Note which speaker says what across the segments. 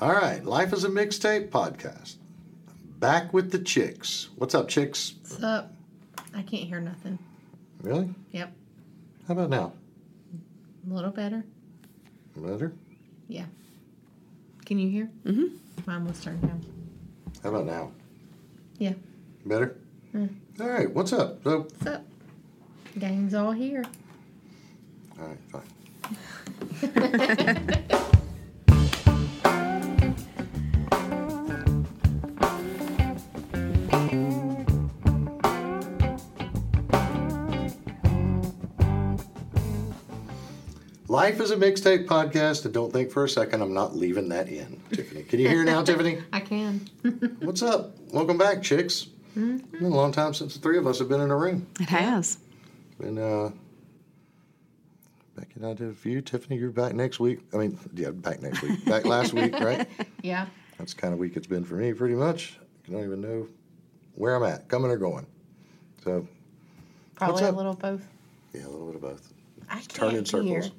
Speaker 1: All right, Life is a Mixtape podcast. Back with the chicks. What's up, chicks?
Speaker 2: What's up? I can't hear nothing.
Speaker 1: Really?
Speaker 2: Yep.
Speaker 1: How about now?
Speaker 2: A little better.
Speaker 1: Better?
Speaker 2: Yeah. Can you hear?
Speaker 3: Mhm.
Speaker 2: Mine was turned down.
Speaker 1: How about now?
Speaker 2: Yeah.
Speaker 1: Better? All right, what's up? So,
Speaker 2: What's up? Gang's all here.
Speaker 1: all right, fine. Life is a mixtape podcast, and don't think for a second I'm not leaving that in, Tiffany. Can you hear now, Tiffany?
Speaker 2: I can.
Speaker 1: What's up? Welcome back, chicks. It's been a long time since the three of us have been in a room.
Speaker 3: It has.
Speaker 1: And uh, Becky and I did a few. Tiffany, you're back next week. I mean, yeah, back next week. Back last week, right?
Speaker 2: Yeah.
Speaker 1: That's the kind of week it's been for me, pretty much. I don't even know where I'm at, coming or going. So,
Speaker 4: Probably a
Speaker 1: up?
Speaker 4: little both.
Speaker 1: yeah, a little bit of both.
Speaker 4: I
Speaker 1: Turn in
Speaker 4: can't hear.
Speaker 1: circles.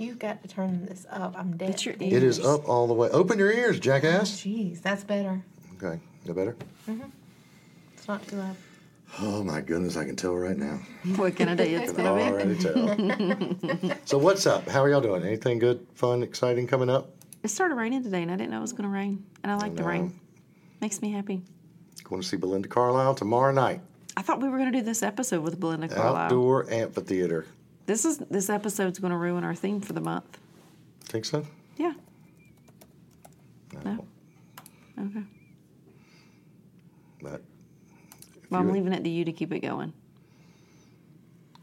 Speaker 4: You've got to turn this up. I'm dead.
Speaker 3: It's your
Speaker 1: It is up all the way. Open your ears, jackass.
Speaker 4: Jeez, that's better.
Speaker 1: Okay, no better?
Speaker 4: It's not too loud.
Speaker 1: Oh my goodness, I can tell right now.
Speaker 3: What can I do? It's
Speaker 1: Can
Speaker 3: gonna be.
Speaker 1: already tell. so, what's up? How are y'all doing? Anything good, fun, exciting coming up?
Speaker 3: It started raining today, and I didn't know it was gonna rain. And I like the rain. Makes me happy.
Speaker 1: Going to see Belinda Carlisle tomorrow night.
Speaker 3: I thought we were gonna do this episode with Belinda Carlisle.
Speaker 1: Outdoor amphitheater.
Speaker 3: This is this episode's gonna ruin our theme for the month.
Speaker 1: Think so?
Speaker 3: Yeah.
Speaker 1: No.
Speaker 3: Okay.
Speaker 1: But
Speaker 3: Well, I'm
Speaker 1: you-
Speaker 3: leaving it to you to keep it going.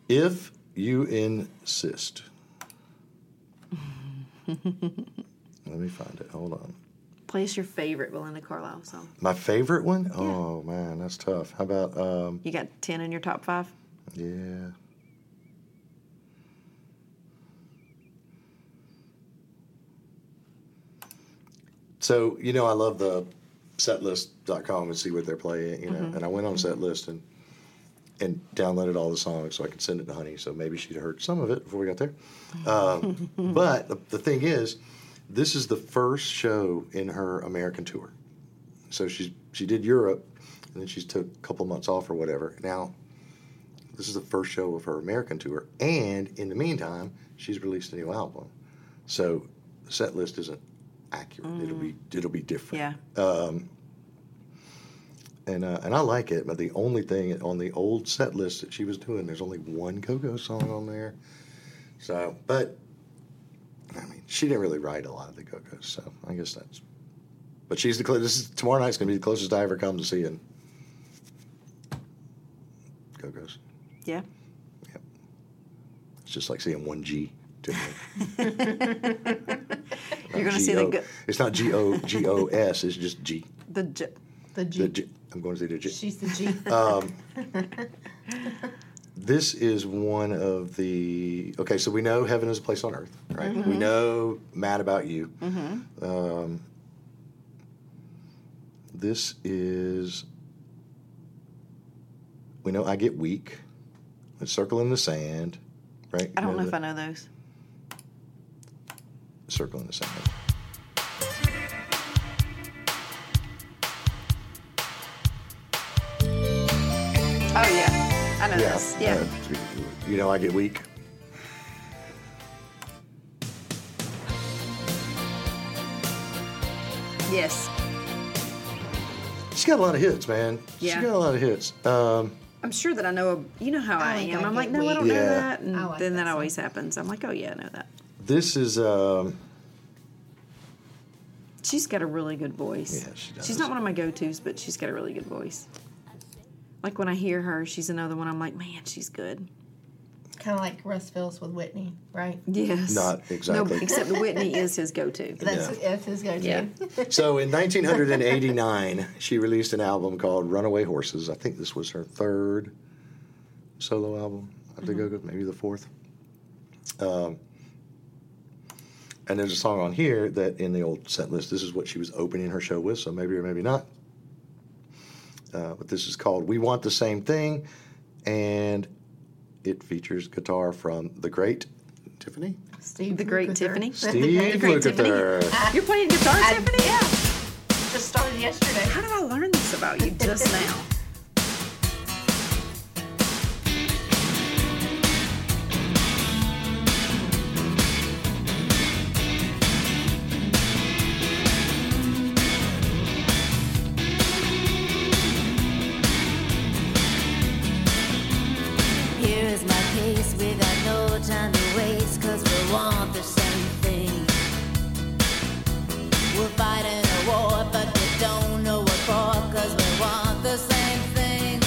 Speaker 1: if you insist, let me find it. Hold on.
Speaker 3: Place your favorite Belinda Carlisle song.
Speaker 1: My favorite one? Oh man, that's tough. How about um
Speaker 3: You got ten in your top five.
Speaker 1: yeah. So, you know, I love the setlist.com and see what they're playing, you know. And I went on setlist and and downloaded all the songs so I could send it to Honey. So maybe she'd heard some of it before we got there. Um, but the, the thing is, this is the first show in her American tour. So she's she did Europe, and then she's took a couple months off or whatever. Now, this is the first show of her American tour, and in the meantime, she's released a new album. So the set list isn't accurate. It'll be it'll be different
Speaker 3: Yeah.
Speaker 1: and uh, and I like it. But the only thing on the old set list that she was doing, there's only one go-go song on there. So, but I mean, she didn't really write a lot of the go-go's, so I guess that's. But she's the cl- this is tomorrow night's gonna be the closest I ever come to seeing go-go's.
Speaker 3: Yeah.
Speaker 1: It's just like seeing one G. to me.
Speaker 3: You're gonna see the
Speaker 1: G-O.
Speaker 3: go-
Speaker 1: It's not G O G O S. It's just G.
Speaker 3: the j-
Speaker 4: The
Speaker 1: The
Speaker 4: G.
Speaker 1: G. I'm going to say the G.
Speaker 4: She's the G.
Speaker 1: Um, this is one of the okay so we know heaven is a place on earth right
Speaker 3: Mm-hmm.
Speaker 1: we know mad about you um, this is we know i get weak Let's circle in the sand right
Speaker 3: I don't know if
Speaker 1: the-
Speaker 3: I know those.
Speaker 1: circle in the sand
Speaker 3: Oh yeah. I know
Speaker 1: yeah,
Speaker 3: this. Yeah.
Speaker 1: uh, you know i get weak
Speaker 3: yes.
Speaker 1: she's got a lot of hits man
Speaker 3: Yeah.
Speaker 1: she's got a lot of hits um,
Speaker 3: I'm sure that I know. A, you know how I,
Speaker 2: I like
Speaker 3: am.
Speaker 2: I
Speaker 3: I'm like,
Speaker 2: Get
Speaker 3: no, I don't
Speaker 1: Weak.
Speaker 3: know
Speaker 1: Yeah.
Speaker 3: that, and
Speaker 2: I like
Speaker 3: then
Speaker 2: that
Speaker 3: that,
Speaker 2: song.
Speaker 3: always happens. I'm like, oh yeah, I know that.
Speaker 1: this is um,
Speaker 3: She's got a really good voice.
Speaker 1: Yeah, she does.
Speaker 3: She's not one of my go-tos, but she's got a really good voice. Like when I hear her, she's another one. I'm like, man, she's good.
Speaker 4: kind of like Russ Phillips with Whitney, right?
Speaker 3: Yes.
Speaker 1: Not exactly.
Speaker 3: No, except Whitney is his go-to.
Speaker 4: That's,
Speaker 1: Yeah.
Speaker 4: that's his go-to.
Speaker 3: Yeah.
Speaker 1: So in 1989, she released an album called Runaway Horses. I think this was her third solo album. I think
Speaker 3: Mm-hmm.
Speaker 1: I go maybe the fourth. Um, and there's a song on here that in the old set list, this is what she was opening her show with, so maybe or maybe not. Uh, but this is called We Want the Same Thing, and it features guitar from the great Tiffany?
Speaker 4: Steve
Speaker 3: The great
Speaker 4: Lukather.
Speaker 3: Tiffany.
Speaker 1: Steve
Speaker 3: great
Speaker 1: Lukather.
Speaker 3: You're playing guitar,
Speaker 4: I-
Speaker 3: Tiffany? Yeah.
Speaker 4: Just started yesterday.
Speaker 3: How did I learn this about you just now?
Speaker 5: Here is my case, we got no time to waste, cause we want the same thing. We're fighting a war, but we don't know what for, cause we want the same thing.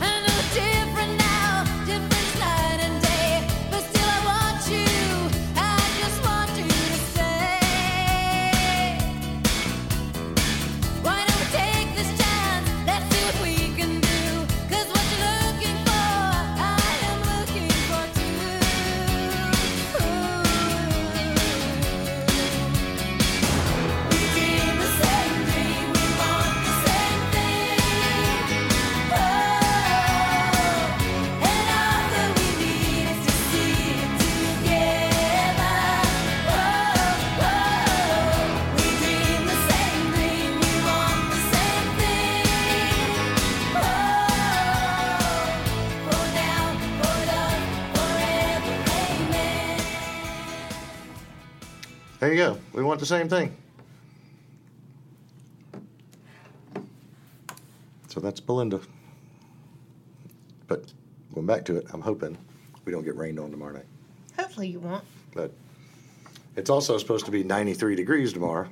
Speaker 5: I know different now, different night and day, but still I want you, I just want you to stay. Why don't we take this chance? Let's see what we can do. 'Cause what you're looking for, I am looking for too. We dream the same dream, we want the same thing. Oh, and all that we need is to see it together. Oh, oh. We dream the same dream, we want the same thing. Oh, for now, for love, forever, amen.
Speaker 1: There you go. We want the same thing. So that's Belinda. But going back to it, I'm hoping we don't get rained on tomorrow night.
Speaker 4: Hopefully you won't.
Speaker 1: But it's also supposed to be 93 degrees tomorrow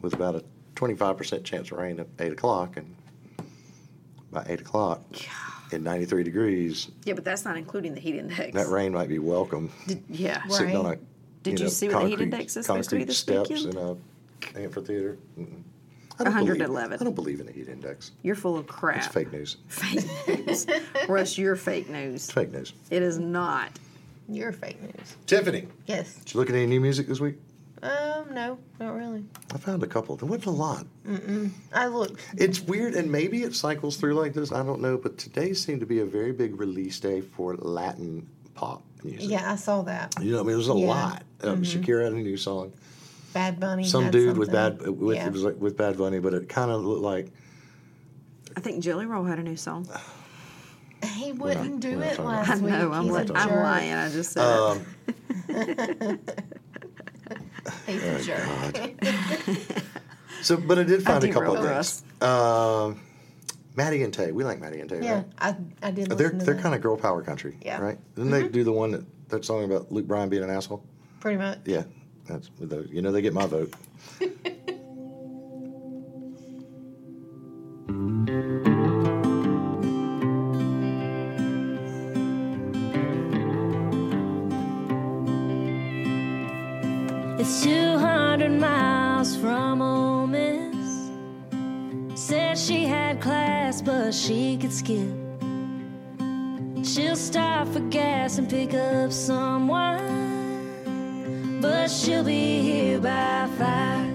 Speaker 1: with about a 25% chance of rain at 8 o'clock. And by 8 o'clock, at 93 degrees,
Speaker 3: Yeah, but that's not including the heat index.
Speaker 1: that rain might be welcome.
Speaker 3: Did- yeah.
Speaker 4: Well-
Speaker 1: Sitting on a
Speaker 3: Did you
Speaker 1: know,
Speaker 3: see what the heat
Speaker 1: concrete-
Speaker 3: index is supposed to be
Speaker 1: concrete
Speaker 3: this
Speaker 1: steps
Speaker 3: weekend?
Speaker 1: in a amphitheater. Mm-mm. I don't believe-
Speaker 3: 111.
Speaker 1: I don't believe in the heat index.
Speaker 3: You're full of crap.
Speaker 1: It's fake news.
Speaker 3: Fake news. Russ, you're fake news.
Speaker 1: It's fake news.
Speaker 3: It is not.
Speaker 4: You're fake news.
Speaker 1: Tiffany,
Speaker 4: Yes.
Speaker 1: did you look at any new music this week?
Speaker 4: Um, no, not really.
Speaker 1: I found a couple. There wasn't a lot.
Speaker 4: I looked.
Speaker 1: It's weird, and maybe it cycles through like this. I don't know, but today seemed to be a very big release day for Latin pop music.
Speaker 4: Yeah, I saw that.
Speaker 1: You know, I mean, there's a
Speaker 4: Yeah.
Speaker 1: lot. Um, Shakira had a new song.
Speaker 4: Bad Bunny.
Speaker 1: Some
Speaker 4: had
Speaker 1: dude with bad
Speaker 4: something.
Speaker 1: with
Speaker 4: Yeah.
Speaker 1: it was like with Bad Bunny, but it kind of looked like
Speaker 3: I think Jelly Roll had a new song.
Speaker 4: He wouldn't do
Speaker 1: we're not
Speaker 4: it
Speaker 1: talking about
Speaker 4: last
Speaker 3: I
Speaker 4: week.
Speaker 3: know. I'm,
Speaker 4: He's
Speaker 3: li-
Speaker 4: a
Speaker 3: I'm
Speaker 4: jerk.
Speaker 3: lying. I just said it.
Speaker 1: um,
Speaker 4: He's
Speaker 1: Oh,
Speaker 4: a jerk.
Speaker 1: So, but I did find a couple of
Speaker 3: derailed
Speaker 1: things. Um, Maddie and Tay, we like Maddie and Tay,
Speaker 4: Yeah,
Speaker 1: right?
Speaker 4: I, I did.
Speaker 1: They're
Speaker 4: listen to
Speaker 1: they're
Speaker 4: that.
Speaker 1: kind of girl power country,
Speaker 4: Yeah.
Speaker 1: right? Didn't they do the one that that song about Luke Bryan being an asshole?
Speaker 4: pretty much.
Speaker 1: Yeah, that's with the, you know they get my vote.
Speaker 5: It's 200 miles from Ole Miss. Said she had class, but she could skip. She'll stop for gas and pick up some wine. But she'll be here by five.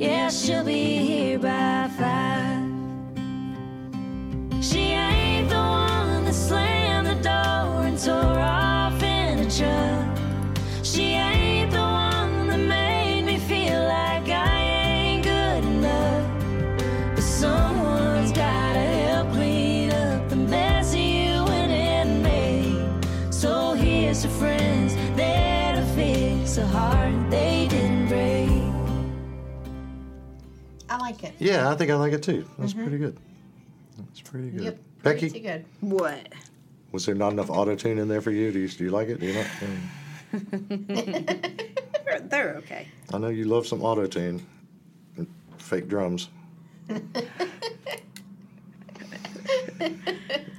Speaker 5: Yeah, she'll be here by five. She ain't the one that slammed the door and tore off in a truck. She ain't the one that made me feel like I ain't good enough. But someone's gotta help clean up the mess you and it made. So here's to friends there to fix a heart they didn't break.
Speaker 4: I like it.
Speaker 1: Yeah, I think I like it too. That's pretty good. That's Mm-hmm. pretty good.
Speaker 4: Yep.
Speaker 1: Becky,
Speaker 4: pretty good.
Speaker 3: What?
Speaker 1: was there not enough auto tune in there for you? Do you do you like it? Do you not? Mm.
Speaker 3: They're, they're okay.
Speaker 1: I know you love some auto tune and fake drums. All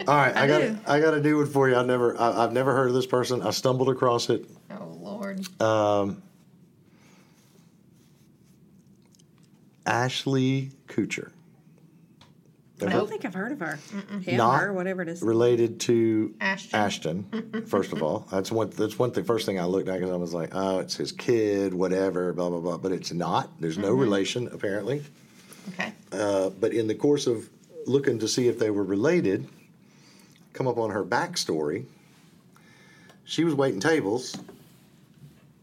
Speaker 1: right, I,
Speaker 3: I
Speaker 1: got
Speaker 3: do.
Speaker 1: I got a new one for you. I never I, I've never heard of this person. I stumbled across it.
Speaker 4: Oh Lord,
Speaker 1: Um, Ashley Kucher,
Speaker 3: I
Speaker 1: Ever-
Speaker 3: don't think I've heard of her. Him,
Speaker 1: Not
Speaker 3: her, whatever it is.
Speaker 1: related to
Speaker 4: Ashton.
Speaker 1: Ashton, first of all, that's one. That's one thing. First thing I looked at because I was like, "Oh, it's his kid, whatever." Blah blah blah. But it's not. There's no relation apparently.
Speaker 4: Okay.
Speaker 1: Uh, but in the course of looking to see if they were related, come up on her backstory, she was waiting tables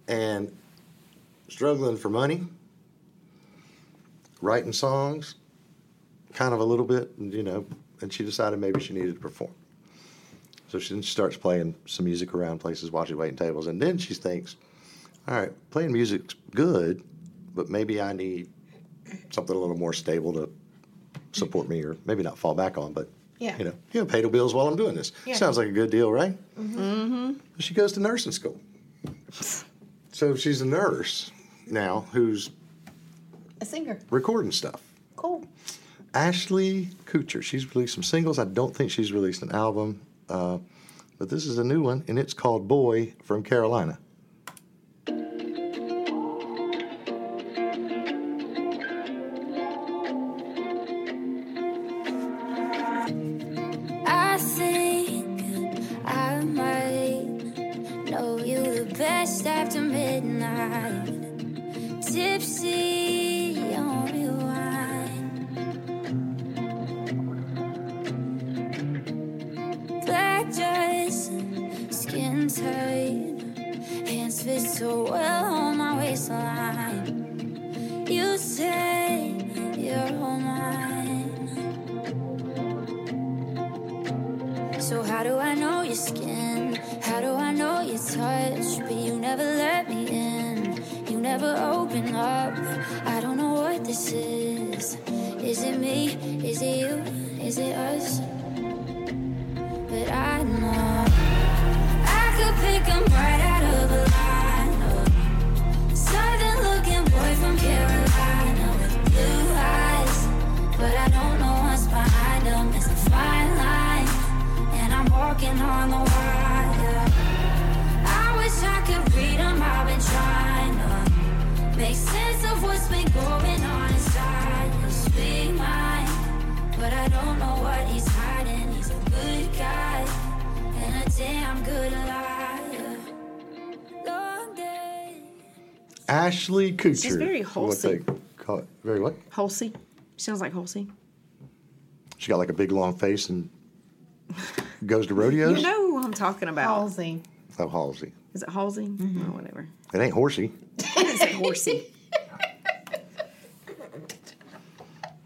Speaker 1: and struggling for money, writing songs, kind of a little bit, and, you know, and she decided maybe she needed to perform. So she, then she starts playing some music around places while she's waiting tables, and then she thinks, all right, playing music's good, but maybe I need something a little more stable to support me, or maybe not fall back on, but
Speaker 2: Yeah.
Speaker 1: you know, you know, pay the bills while I'm doing this.
Speaker 2: Yeah.
Speaker 1: Sounds like a good deal, right? Mm-hmm. She goes to nursing school, so she's a nurse now who's
Speaker 2: A singer.
Speaker 1: recording stuff.
Speaker 2: Cool.
Speaker 1: Ashley Kuchar, she's released some singles. I don't think she's released an album, uh, but this is a new one, and it's called "Boy from Carolina."
Speaker 6: I think I might know you the best after midnight. Tipsy on rewind. Black dress, skin tight, hands fit so well on my waistline. You say you're all mine. So how do I know your skin? How do I know your touch? But you never let me in. You never open up. I don't know what this is. Is it me? Is it you? Is it us? But I know I could pick 'em right out of a lineup. Southern looking boy from Carolina with blue eyes. But I don't know what's behind 'em. It's a fine line and I'm walking on the wire. I wish I could read 'em. I've been trying to make sense of what's been going on inside. You speak mine, but I don't know what he's hiding. He's a good guy and a damn good liar. Long day.
Speaker 1: Ashley Kuchar.
Speaker 3: She's very
Speaker 1: is what they call it. Very what?
Speaker 3: Halsey. She sounds like Halsey.
Speaker 1: She got like a big long face and goes to rodeos.
Speaker 3: You know who I'm talking about. Mm-hmm.
Speaker 2: Halsey.
Speaker 1: Oh, Halsey.
Speaker 3: Is it Halsey? Or whatever.
Speaker 1: It ain't horsey.
Speaker 3: Is it Horsey?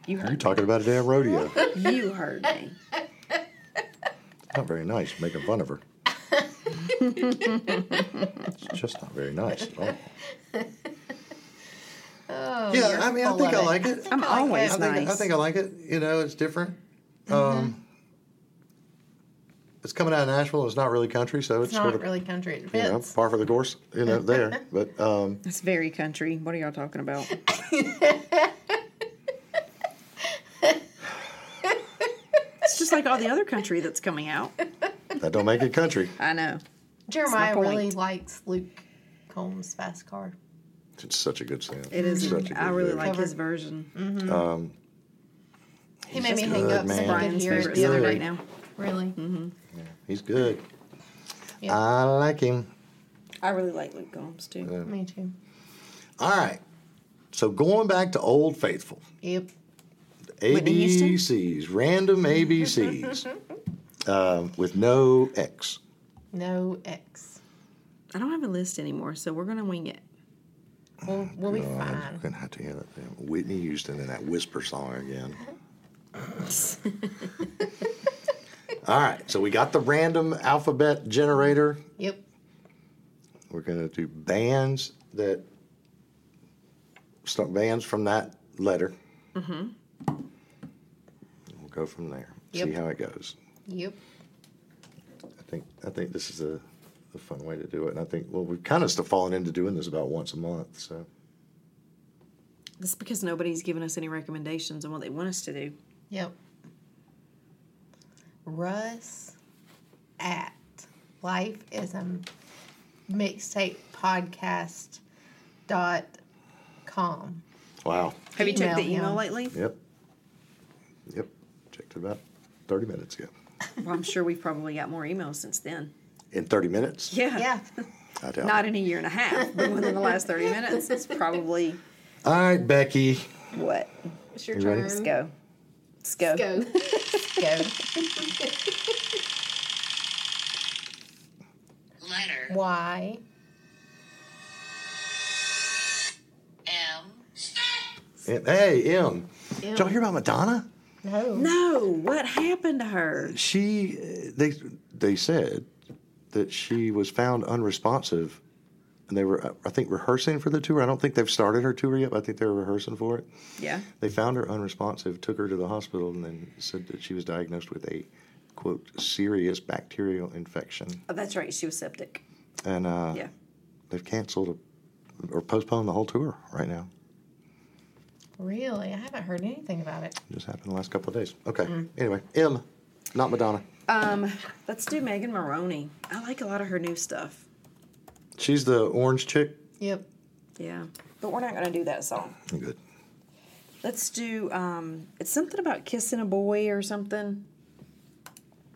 Speaker 3: you
Speaker 1: You're
Speaker 3: heard
Speaker 1: talking about a damn rodeo.
Speaker 3: You heard me.
Speaker 1: not very nice making fun of her. it's just not very nice at all. yeah, I mean, I think I
Speaker 2: full of
Speaker 1: like it.
Speaker 3: I'm
Speaker 1: I
Speaker 3: always
Speaker 1: think,
Speaker 3: nice.
Speaker 1: I think I like it. You know, it's different. Um, it's coming out of Nashville. It's not really country, so it's,
Speaker 2: It's
Speaker 1: sort
Speaker 2: not
Speaker 1: of
Speaker 2: really country. It
Speaker 1: you know
Speaker 2: fits.
Speaker 1: par for the course. You know, there. But um,
Speaker 3: That's very country. What are y'all talking about? it's just like all the other country that's coming out.
Speaker 1: that don't make it country.
Speaker 3: I know.
Speaker 2: Jeremiah
Speaker 3: point.
Speaker 2: really likes Luke Combs' Fast Car.
Speaker 1: It's such a good sound.
Speaker 3: It is.
Speaker 1: Such a
Speaker 3: I
Speaker 1: good
Speaker 3: really
Speaker 1: lyric.
Speaker 3: like his version.
Speaker 1: Um,
Speaker 2: He made me hang
Speaker 1: good,
Speaker 2: up so
Speaker 1: man. Mm-hmm.
Speaker 2: I could
Speaker 3: Brian's
Speaker 2: hear
Speaker 3: favorite
Speaker 2: it the
Speaker 3: song
Speaker 2: other
Speaker 1: good.
Speaker 3: right
Speaker 2: night.
Speaker 3: now.
Speaker 2: Really?
Speaker 1: he's good.
Speaker 2: Yeah.
Speaker 1: I like him.
Speaker 3: I really like Luke Combs too.
Speaker 1: Uh,
Speaker 2: Me too.
Speaker 1: All right. So going back to Old Faithful,
Speaker 2: Yep.
Speaker 3: Whitney Houston?
Speaker 1: ABCs, random ABCs, um, with no X.
Speaker 2: No X.
Speaker 3: I don't have a list anymore, so we're gonna wing it.
Speaker 1: Oh,
Speaker 2: We'll, we'll be
Speaker 1: I'm
Speaker 2: fine.
Speaker 1: gonna have to hear that damn Whitney Houston and that whisper song again. All right. So we got the random alphabet generator.
Speaker 2: Yep.
Speaker 1: We're gonna do bands that start bands from that letter. Mm-hmm. We'll go from there. See
Speaker 2: Yep.
Speaker 1: how it goes.
Speaker 2: Yep.
Speaker 1: I think I think this is a, a fun way to do it, and I think well we've kind of still fallen into doing this about once a month. So
Speaker 3: That's because nobody's given us any recommendations on what they want us to do.
Speaker 2: Yep. Russ at Life is a Mixtape Podcast dot com.
Speaker 1: wow,
Speaker 3: Have you checked the
Speaker 2: Email
Speaker 3: email
Speaker 2: him.
Speaker 3: lately?
Speaker 1: yep, yep, checked it about thirty minutes ago.
Speaker 3: Well, I'm sure we've probably got more emails since then.
Speaker 1: In thirty minutes,
Speaker 3: Yeah.
Speaker 2: Yeah.
Speaker 1: I doubt.
Speaker 3: Not
Speaker 1: it.
Speaker 3: in a year and a half, but within the last 30 minutes, it's probably
Speaker 1: All right, Becky.
Speaker 3: what?
Speaker 2: It's your
Speaker 1: You ready?
Speaker 3: Let's go. Let's go.
Speaker 7: Go.
Speaker 2: Go.
Speaker 8: Life
Speaker 9: letter
Speaker 2: Y
Speaker 9: M.
Speaker 1: Hey, M. Did y'all hear about Madonna?
Speaker 2: no
Speaker 3: No, what happened to her?
Speaker 1: She they they said that she was found unresponsive, and they were I think rehearsing for the tour. I don't think they've started her tour yet, but I think they were rehearsing for it.
Speaker 3: Yeah.
Speaker 1: They found her unresponsive, took her to the hospital, and then said that she was diagnosed with a quote serious bacterial infection,
Speaker 3: Oh, that's right. She was septic.
Speaker 1: and uh,
Speaker 3: Yeah.
Speaker 1: they've canceled or postponed the whole tour right now.
Speaker 2: really I haven't heard anything about it
Speaker 1: It just happened the last couple of days. Okay.
Speaker 2: Mm-hmm.
Speaker 1: Anyway, M, not Madonna.
Speaker 3: Um, Let's do Megan Maroney. I like a lot of her new stuff.
Speaker 1: She's the orange chick.
Speaker 2: yep
Speaker 3: Yeah. But we're not going to do that song.
Speaker 1: Good.
Speaker 3: Let's do, um, it's something about kissing a boy or something.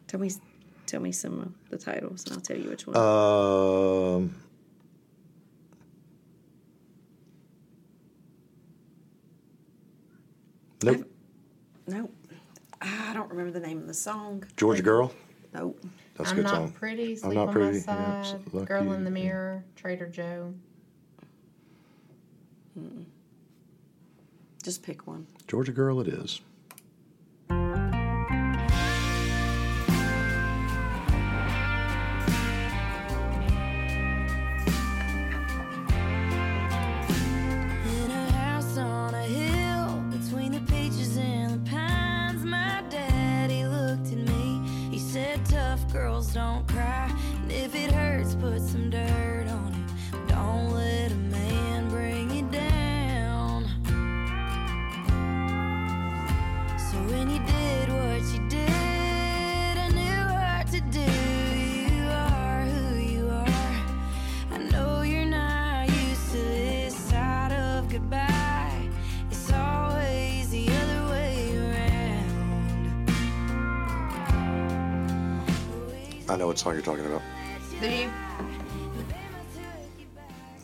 Speaker 3: Tell me, tell me some of the titles and I'll tell you which one.
Speaker 1: Um. Nope.
Speaker 3: nope. I don't remember the name of the song.
Speaker 1: Georgia Girl.
Speaker 3: Nope.
Speaker 1: That's a
Speaker 2: I'm
Speaker 1: good
Speaker 2: not
Speaker 1: song.
Speaker 2: pretty sleep
Speaker 1: not
Speaker 2: on
Speaker 1: pretty,
Speaker 2: my
Speaker 1: yeah,
Speaker 2: side
Speaker 1: so lucky,
Speaker 2: girl in the
Speaker 1: yeah.
Speaker 2: mirror Trader Joe
Speaker 3: Just pick one.
Speaker 1: Georgia Girl it is.
Speaker 10: In a house on a hill between the peaches and the pines, my daddy looked at me. He said, Tough girls don't cry, and if it hurts, put some dirt on it. Don't let a man bring you down. So when you did what you did, I knew what to do. You are who you are. I know you're not used to this side of goodbye. It's always the other way around.
Speaker 1: I know what song you're talking about.
Speaker 2: do you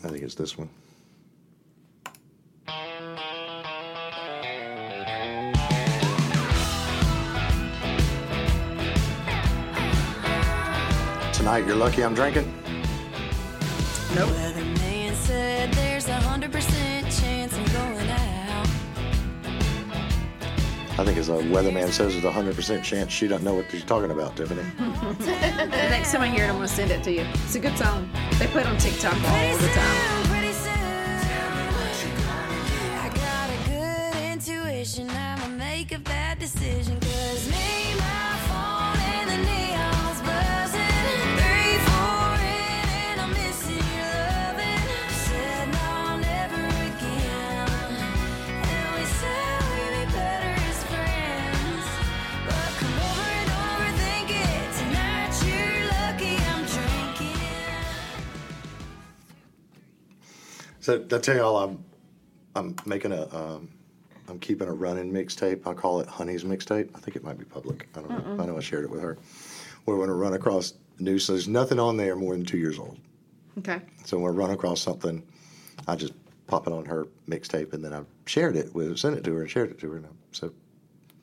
Speaker 1: I think it's this one. Tonight you're lucky I'm drinking.
Speaker 10: Nope. Well, the man said there's a hundred percent chance I'm going out.
Speaker 1: I think as a weatherman says, there's a hundred percent chance she doesn't know what she's talking about, Tiffany.
Speaker 3: The next time I hear it, I'm going to send it to you. It's a good song. They play it on TikTok all the time.
Speaker 10: Pretty soon, I got a good intuition. I'ma make a bad decision. Cause me, my phone, and the neon's buzzing. Three, four, in, and I'm missing your loving. Said no, never again. And we said we'd be better as friends. But come over and overthink it. Tonight you're lucky I'm drinking.
Speaker 1: So I tell y'all, I'm I'm making a um, I'm keeping a running mixtape. I call it Honey's mixtape. I think it might be public. I don't know. I know I shared it with her. We're going to run across news. So there's nothing on there more than two years old.
Speaker 3: Okay.
Speaker 1: So when I run across something, I just pop it on her mixtape, and then I shared it with, sent it to her, and shared it to her. And I, so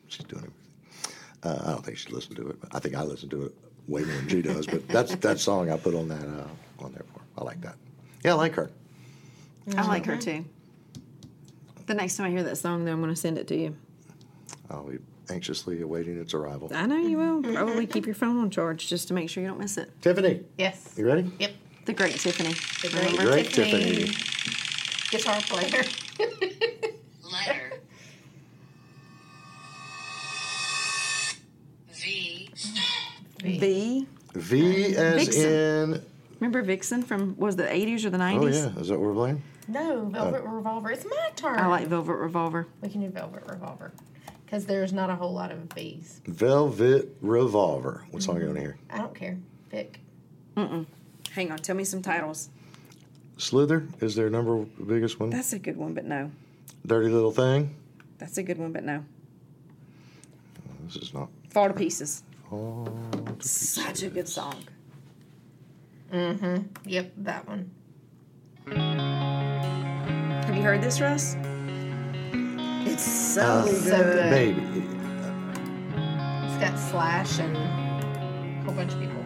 Speaker 1: she's doing everything. Uh, I don't think she listened to it, but I think I listened to it way more than she does. But that's that song I put on that uh, on there for. her. I like that. Yeah, I like her.
Speaker 3: I like her too. The next time I hear that song, though, I'm going to send it to you.
Speaker 1: I'll be anxiously awaiting its arrival.
Speaker 3: I know you will. Probably keep your phone on charge just to make sure you don't miss it.
Speaker 1: Tiffany,
Speaker 2: yes
Speaker 1: you ready?
Speaker 2: yep
Speaker 3: The Great Tiffany.
Speaker 2: the great,
Speaker 1: Great, Tiffany.
Speaker 2: guitar player
Speaker 9: Letter V.
Speaker 3: V.
Speaker 1: V as
Speaker 3: Vixen.
Speaker 1: in.
Speaker 3: Remember Vixen from was it the 80s or the
Speaker 1: Oh
Speaker 3: 90s?
Speaker 1: yeah, is that what we're playing?
Speaker 2: no
Speaker 1: Uh,
Speaker 2: Velvet Revolver it's my turn
Speaker 3: I like Velvet Revolver.
Speaker 2: we can do Velvet Revolver because there's not a whole lot of V's
Speaker 1: Velvet Revolver. What song are you on here?
Speaker 2: I don't care pick
Speaker 3: Hang on, tell me some titles.
Speaker 1: Slither is their number biggest one.
Speaker 3: That's a good one, but no.
Speaker 1: Dirty Little Thing.
Speaker 3: That's a good one, but no.
Speaker 1: This is not.
Speaker 3: Fall to Pieces.
Speaker 1: Oh,
Speaker 3: Such a good song.
Speaker 2: Mm-hmm. yep that one
Speaker 3: Have you heard this, Russ? It's so
Speaker 1: Uh,
Speaker 2: so
Speaker 3: good.
Speaker 2: good
Speaker 1: baby.
Speaker 2: it's got Slash and a whole bunch of people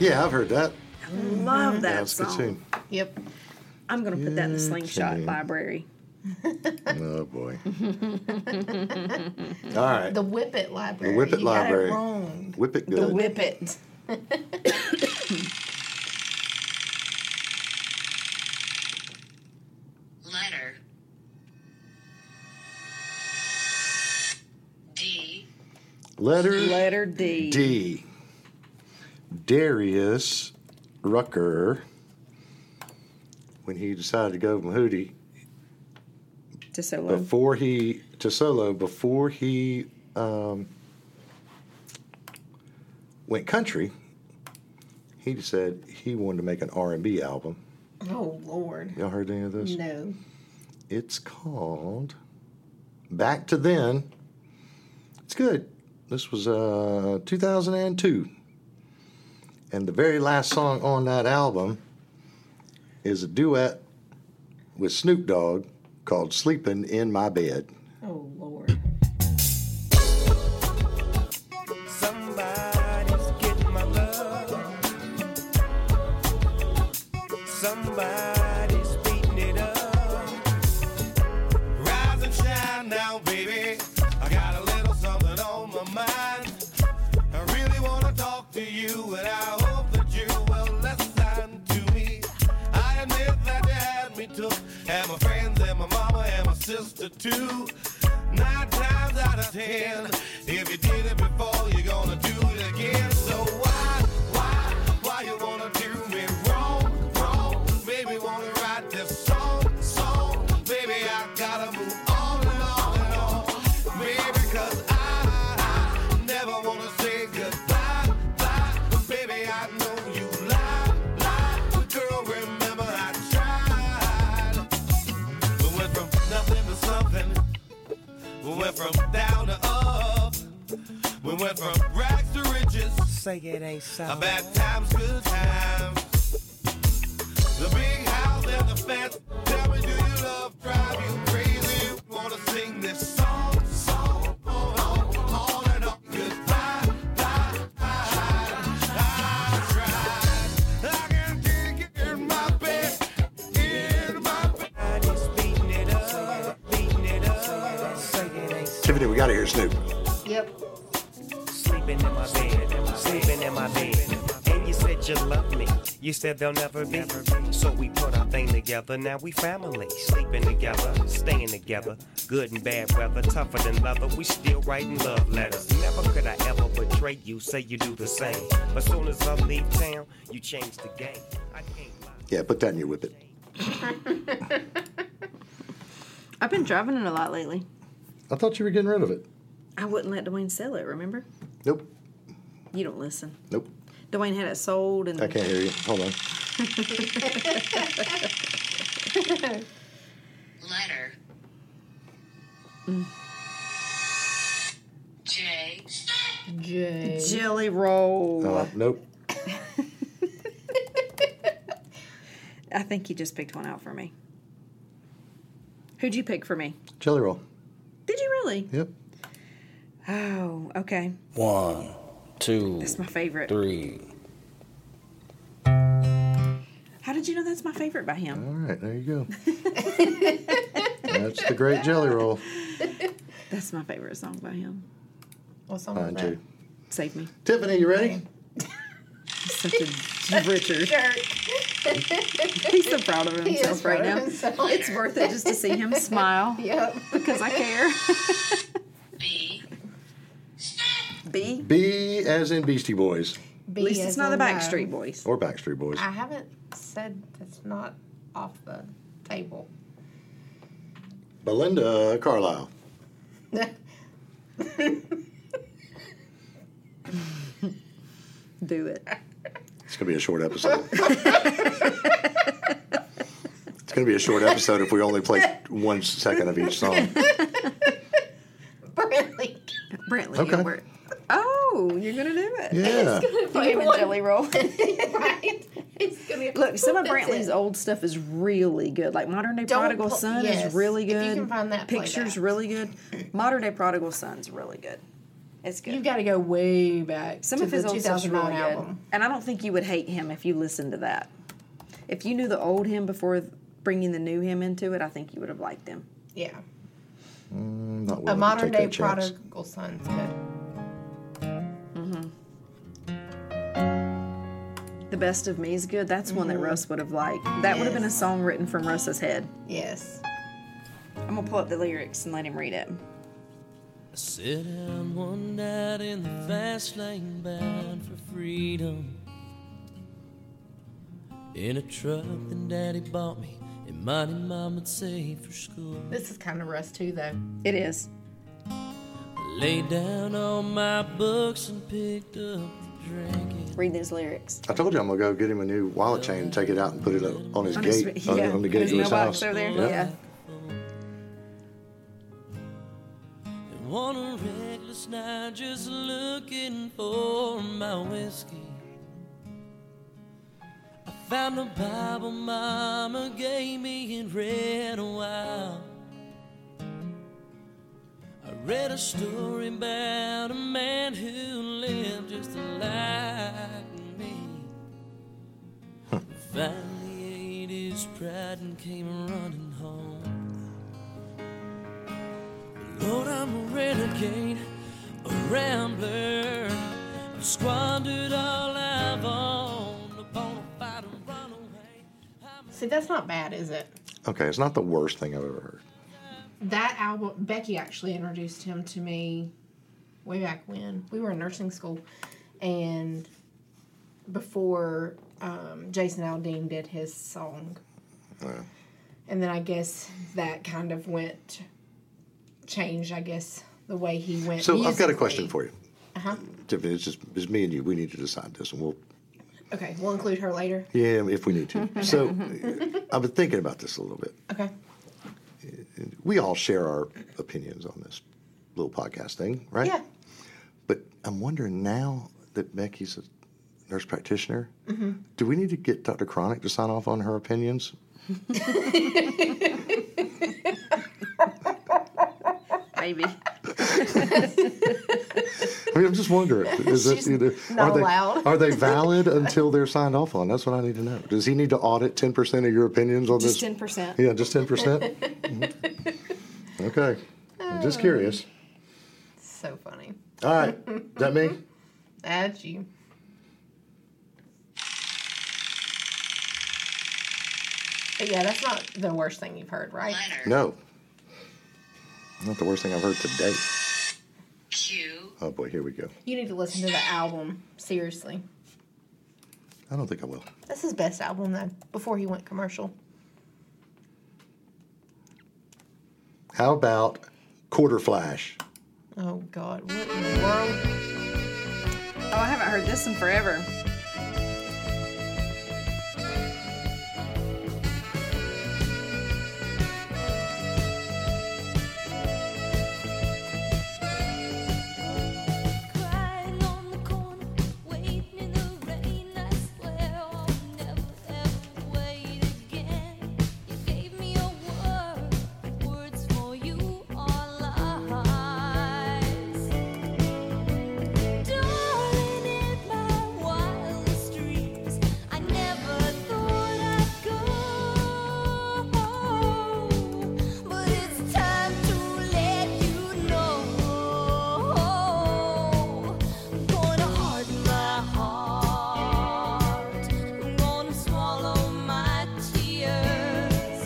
Speaker 1: Yeah, I've heard that.
Speaker 3: Love that
Speaker 1: Yeah, it's a good
Speaker 3: song.
Speaker 1: tune.
Speaker 2: Yep.
Speaker 3: I'm gonna put that in the slingshot
Speaker 1: tune.
Speaker 3: library.
Speaker 1: Oh boy. All right.
Speaker 2: The Whippet Library.
Speaker 1: The Whippet
Speaker 2: you
Speaker 1: Library.
Speaker 2: Got it wrong.
Speaker 1: Whip it
Speaker 2: The
Speaker 1: good.
Speaker 2: Whippet.
Speaker 11: letter D
Speaker 1: Letter
Speaker 3: Letter D.
Speaker 1: D. Darius Rucker. When he decided to go from Hootie,
Speaker 3: To solo.
Speaker 1: before he to solo, before he um, went country, he said he wanted to make an R and B album.
Speaker 2: Oh, Lord.
Speaker 1: Y'all heard any of this?
Speaker 2: No.
Speaker 1: It's called Back to Then. It's good. This was uh, 2002. And the very last song on that album is a duet with Snoop Dogg called Sleeping in My Bed.
Speaker 2: Oh, Lord.
Speaker 12: Somebody's getting my love. Somebody's beating it up. Rise and shine now, baby. I got a little something on my mind. I really wanna talk to you, and I hope that you will listen to me. I admit that you had me took, and my friends and my mama and my sister too. Nine times out of ten, if you did it before, you're gonna do it again. So why, why, why you wanna do me wrong, wrong? Baby, wanna write this song, song. Baby, I gotta move on and on and on. Baby, 'cause I, I never wanna say goodbye, bye. But baby, I know you lie, lie. But girl, remember I tried. We went from nothing to something. We went from down to up. We went from rags to riches. Say it ain't so. Bad times, good times. The big house and the fence. Tell me, do you love drive you crazy? Wanna sing this song, song, on, on, on and on. Goodbye, bye, bye. I tried. I can't get in my bed, in my bed. I just beating it up, beating it up. Say it ain't
Speaker 1: Tiffany, we got to hear Snoop.
Speaker 2: Yep.
Speaker 12: sleeping in my bed, sleeping in my bed. And you said you love me. You said they'll never be. So we put our thing together. Now we family, sleeping together, staying together. Good and bad weather, tougher than leather. We still writing love letters. Never could I ever betray you. Say you do the same. But soon as I leave town, you change the game. I can't lie.
Speaker 1: Yeah, put that in your whippet.
Speaker 3: I've been driving it a lot lately.
Speaker 1: I thought you were getting rid of it.
Speaker 3: I wouldn't let Dwayne sell it. Remember?
Speaker 1: Nope.
Speaker 3: You don't listen.
Speaker 1: Nope.
Speaker 3: Dwayne had it sold, and
Speaker 1: I can't hear you. Hold on.
Speaker 11: letter J
Speaker 2: J.
Speaker 3: Jelly Roll.
Speaker 1: Uh, nope.
Speaker 3: I think you just picked one out for me. Who'd you pick for me?
Speaker 1: Jelly roll.
Speaker 3: Did you really?
Speaker 1: Yep.
Speaker 3: Oh, okay.
Speaker 13: One, two,
Speaker 3: That's my favorite.
Speaker 13: three.
Speaker 3: How did you know that's my favorite by
Speaker 1: All
Speaker 3: him?
Speaker 1: right, there you go. That's the great jelly roll.
Speaker 3: That's my favorite song by him.
Speaker 2: What song was
Speaker 1: Mind
Speaker 2: that?
Speaker 1: you.
Speaker 3: Save me.
Speaker 1: Tiffany, you ready?
Speaker 3: Such a Richard. He's so proud of
Speaker 2: He
Speaker 3: himself
Speaker 2: is
Speaker 3: right
Speaker 2: proud of
Speaker 3: now.
Speaker 2: himself.
Speaker 3: It's worth it just to see him smile
Speaker 2: Yep.
Speaker 3: because I care.
Speaker 11: B
Speaker 3: B.
Speaker 1: B as in Beastie Boys
Speaker 14: B
Speaker 3: At least it's
Speaker 14: as
Speaker 3: not the
Speaker 14: in no.
Speaker 3: Backstreet Boys.
Speaker 1: or Backstreet Boys.
Speaker 3: Ah.
Speaker 2: I haven't said that's not off the table.
Speaker 1: Belinda Carlisle.
Speaker 3: Do it.
Speaker 1: It's gonna be a short episode. it's gonna be a short episode if we only play one second of each song.
Speaker 2: Really?
Speaker 3: Brantley
Speaker 1: Okay.
Speaker 3: Gilbert. Oh, you're gonna do it.
Speaker 1: Yeah.
Speaker 3: Play him a jelly roll.
Speaker 2: right? It's gonna be
Speaker 3: Look, some of
Speaker 2: That's
Speaker 3: Brantley's
Speaker 2: it.
Speaker 3: old stuff is really good. Like Modern Day
Speaker 2: Don't
Speaker 3: Prodigal
Speaker 2: pull-
Speaker 3: Son
Speaker 2: yes,
Speaker 3: is really
Speaker 2: if you
Speaker 3: good.
Speaker 2: can find that, play
Speaker 3: Pictures
Speaker 2: that.
Speaker 3: really good. Modern Day Prodigal Son's really good. It's good.
Speaker 15: You've got to go way back
Speaker 3: Some
Speaker 15: to
Speaker 3: of his
Speaker 15: the
Speaker 3: old stuff's
Speaker 15: 2009
Speaker 3: really good.
Speaker 15: album.
Speaker 3: And I don't think you would hate him if you listened to that. If you knew the old him before th- bringing the new him into it, I think you would have liked him.
Speaker 15: Yeah.
Speaker 1: I'm not
Speaker 2: A
Speaker 1: willing
Speaker 2: modern
Speaker 1: to
Speaker 2: day
Speaker 1: take that chance.
Speaker 2: prodigal son's good.
Speaker 3: The Best of Me is good. That's one that Russ would have liked. That would have been a
Speaker 15: Yes.
Speaker 3: song written from Russ's head.
Speaker 15: Yes.
Speaker 3: I'm going to pull up the lyrics and let him read it.
Speaker 13: Sitting one night in the fast lane bound for freedom. In a truck that daddy bought me, and mighty mom had saved for school.
Speaker 2: This is kind of Russ too, though.
Speaker 3: It is.
Speaker 13: Laid down all my books and picked up the drinking.
Speaker 3: Read those lyrics.
Speaker 1: I told you I'm gonna go get him a new wallet chain and take it out and put it up on his
Speaker 3: On his-
Speaker 1: gate
Speaker 3: yeah,
Speaker 1: on, on the
Speaker 3: in
Speaker 1: gate
Speaker 3: his
Speaker 1: of his
Speaker 3: mailbox
Speaker 1: house.
Speaker 3: over there.
Speaker 1: Yeah.
Speaker 3: Yeah.
Speaker 13: And on a reckless night, just looking for my whiskey. I found a Bible Mama gave me and read a while. I read a story about a man who lived just like me. Finally, ate his pride and came running home. Lord, I'm a renegade, a rambler. I've squandered all I've owned upon a fight and run away.
Speaker 2: See, that's not bad, is it?
Speaker 1: Okay, it's not the worst thing I've ever heard.
Speaker 2: That album, Becky actually introduced him to me way back when we were in nursing school, and before um, Jason Aldean did his song,
Speaker 1: Yeah.
Speaker 2: and then I guess that kind of went changed. I guess the way he went.
Speaker 1: So I've got a question
Speaker 2: musically.
Speaker 1: for you.
Speaker 2: Uh-huh.
Speaker 1: Tiffany, it's just it's me and you. We need to decide this, and we'll
Speaker 2: Okay, we'll include her later.
Speaker 1: yeah, if we need to. So I've been thinking about this a little bit.
Speaker 2: Okay.
Speaker 1: We all share our opinions on this little podcast thing, right?
Speaker 2: Yeah.
Speaker 1: But I'm wondering now that Becky's a nurse practitioner,
Speaker 2: Mm-hmm.
Speaker 1: do we need to get Dr. Chronic to sign off on her opinions?
Speaker 3: Maybe.
Speaker 1: I mean, I'm just wondering. Is it,
Speaker 2: She's
Speaker 1: you know,
Speaker 2: not
Speaker 1: are they,
Speaker 2: allowed.
Speaker 1: Are they valid until they're signed off on? That's what I need to know. Does he need to audit 10% of your opinions on
Speaker 3: Just
Speaker 1: this?
Speaker 3: 10%.
Speaker 1: Yeah, just 10%? Mhm. Okay. I'm just curious.
Speaker 2: So funny.
Speaker 1: All right. Is that me?
Speaker 2: That's you. But yeah, that's not the worst thing you've heard, right?
Speaker 4: letter
Speaker 1: No. Not the worst thing I've heard today.
Speaker 4: Q
Speaker 1: Oh, boy, here we go.
Speaker 2: You need to listen to the album seriously.
Speaker 1: I don't think I will.
Speaker 2: That's his best album though. Before he went commercial.
Speaker 1: How about Quarter Flash?
Speaker 2: Oh God, what in the world?
Speaker 3: Oh, I haven't heard this in forever.
Speaker 11: Crying on the corner, waiting in the rain. I swear I'll never ever wait again. You gave me a word, words for you are lies. Darling, in my wildest dreams, I never thought I'd go. But it's time to let you know. I'm gonna harden my heart. I'm gonna swallow my tears.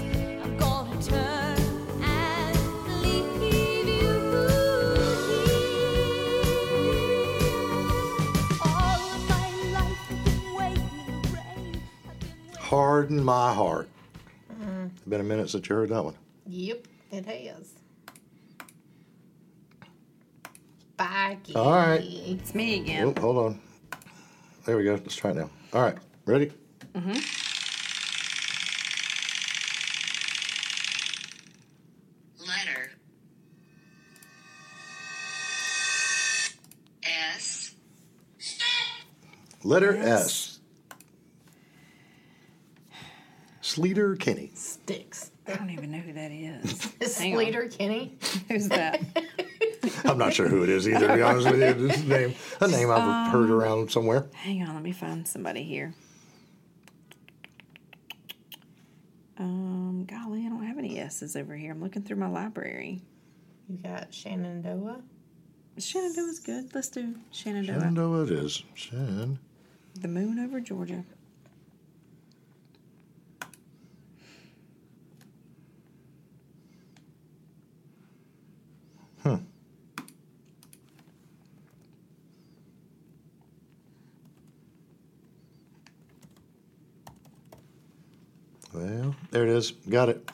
Speaker 11: I'm gonna turn and leave you. All of my life I've been waiting in the rain. I've been waiting.
Speaker 1: Harden My Heart. It's been a minute since you heard that one.
Speaker 2: Yep, it has. Becky.
Speaker 1: All right.
Speaker 3: It's me again.
Speaker 1: Oh, hold on. There we go. Let's try it now. All right. Ready?
Speaker 4: letter S
Speaker 1: Letter S. Sleater Kenny.
Speaker 2: Sticks.
Speaker 3: I don't even know who that is.
Speaker 2: Is
Speaker 3: Hang on.
Speaker 2: Slater Kenny?
Speaker 3: Who's that?
Speaker 1: I'm not sure who it is either. To be honest with you, this name a name I've
Speaker 4: Um,
Speaker 1: heard around somewhere.
Speaker 3: Hang on, let me find somebody here. Um, golly, I don't have any S's over here. I'm looking through my library.
Speaker 2: You got Shenandoah.
Speaker 3: Shenandoah's good. Let's do Shenandoah.
Speaker 1: Shenandoah uh, it is. Shen.
Speaker 3: The moon over Georgia.
Speaker 1: Well, there it is. Got it.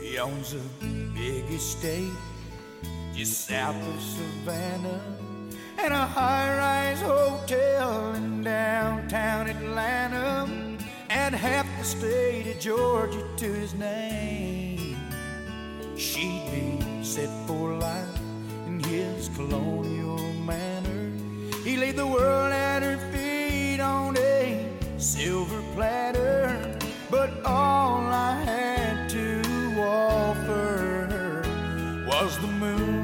Speaker 11: He owns a big estate just south of Savannah and a high rise hotel in downtown Atlanta and half the state of Georgia to his name. She'd be set for life in his colonial manner. He laid the world at her feet on a silver platter. But all I had to offer her was the moon.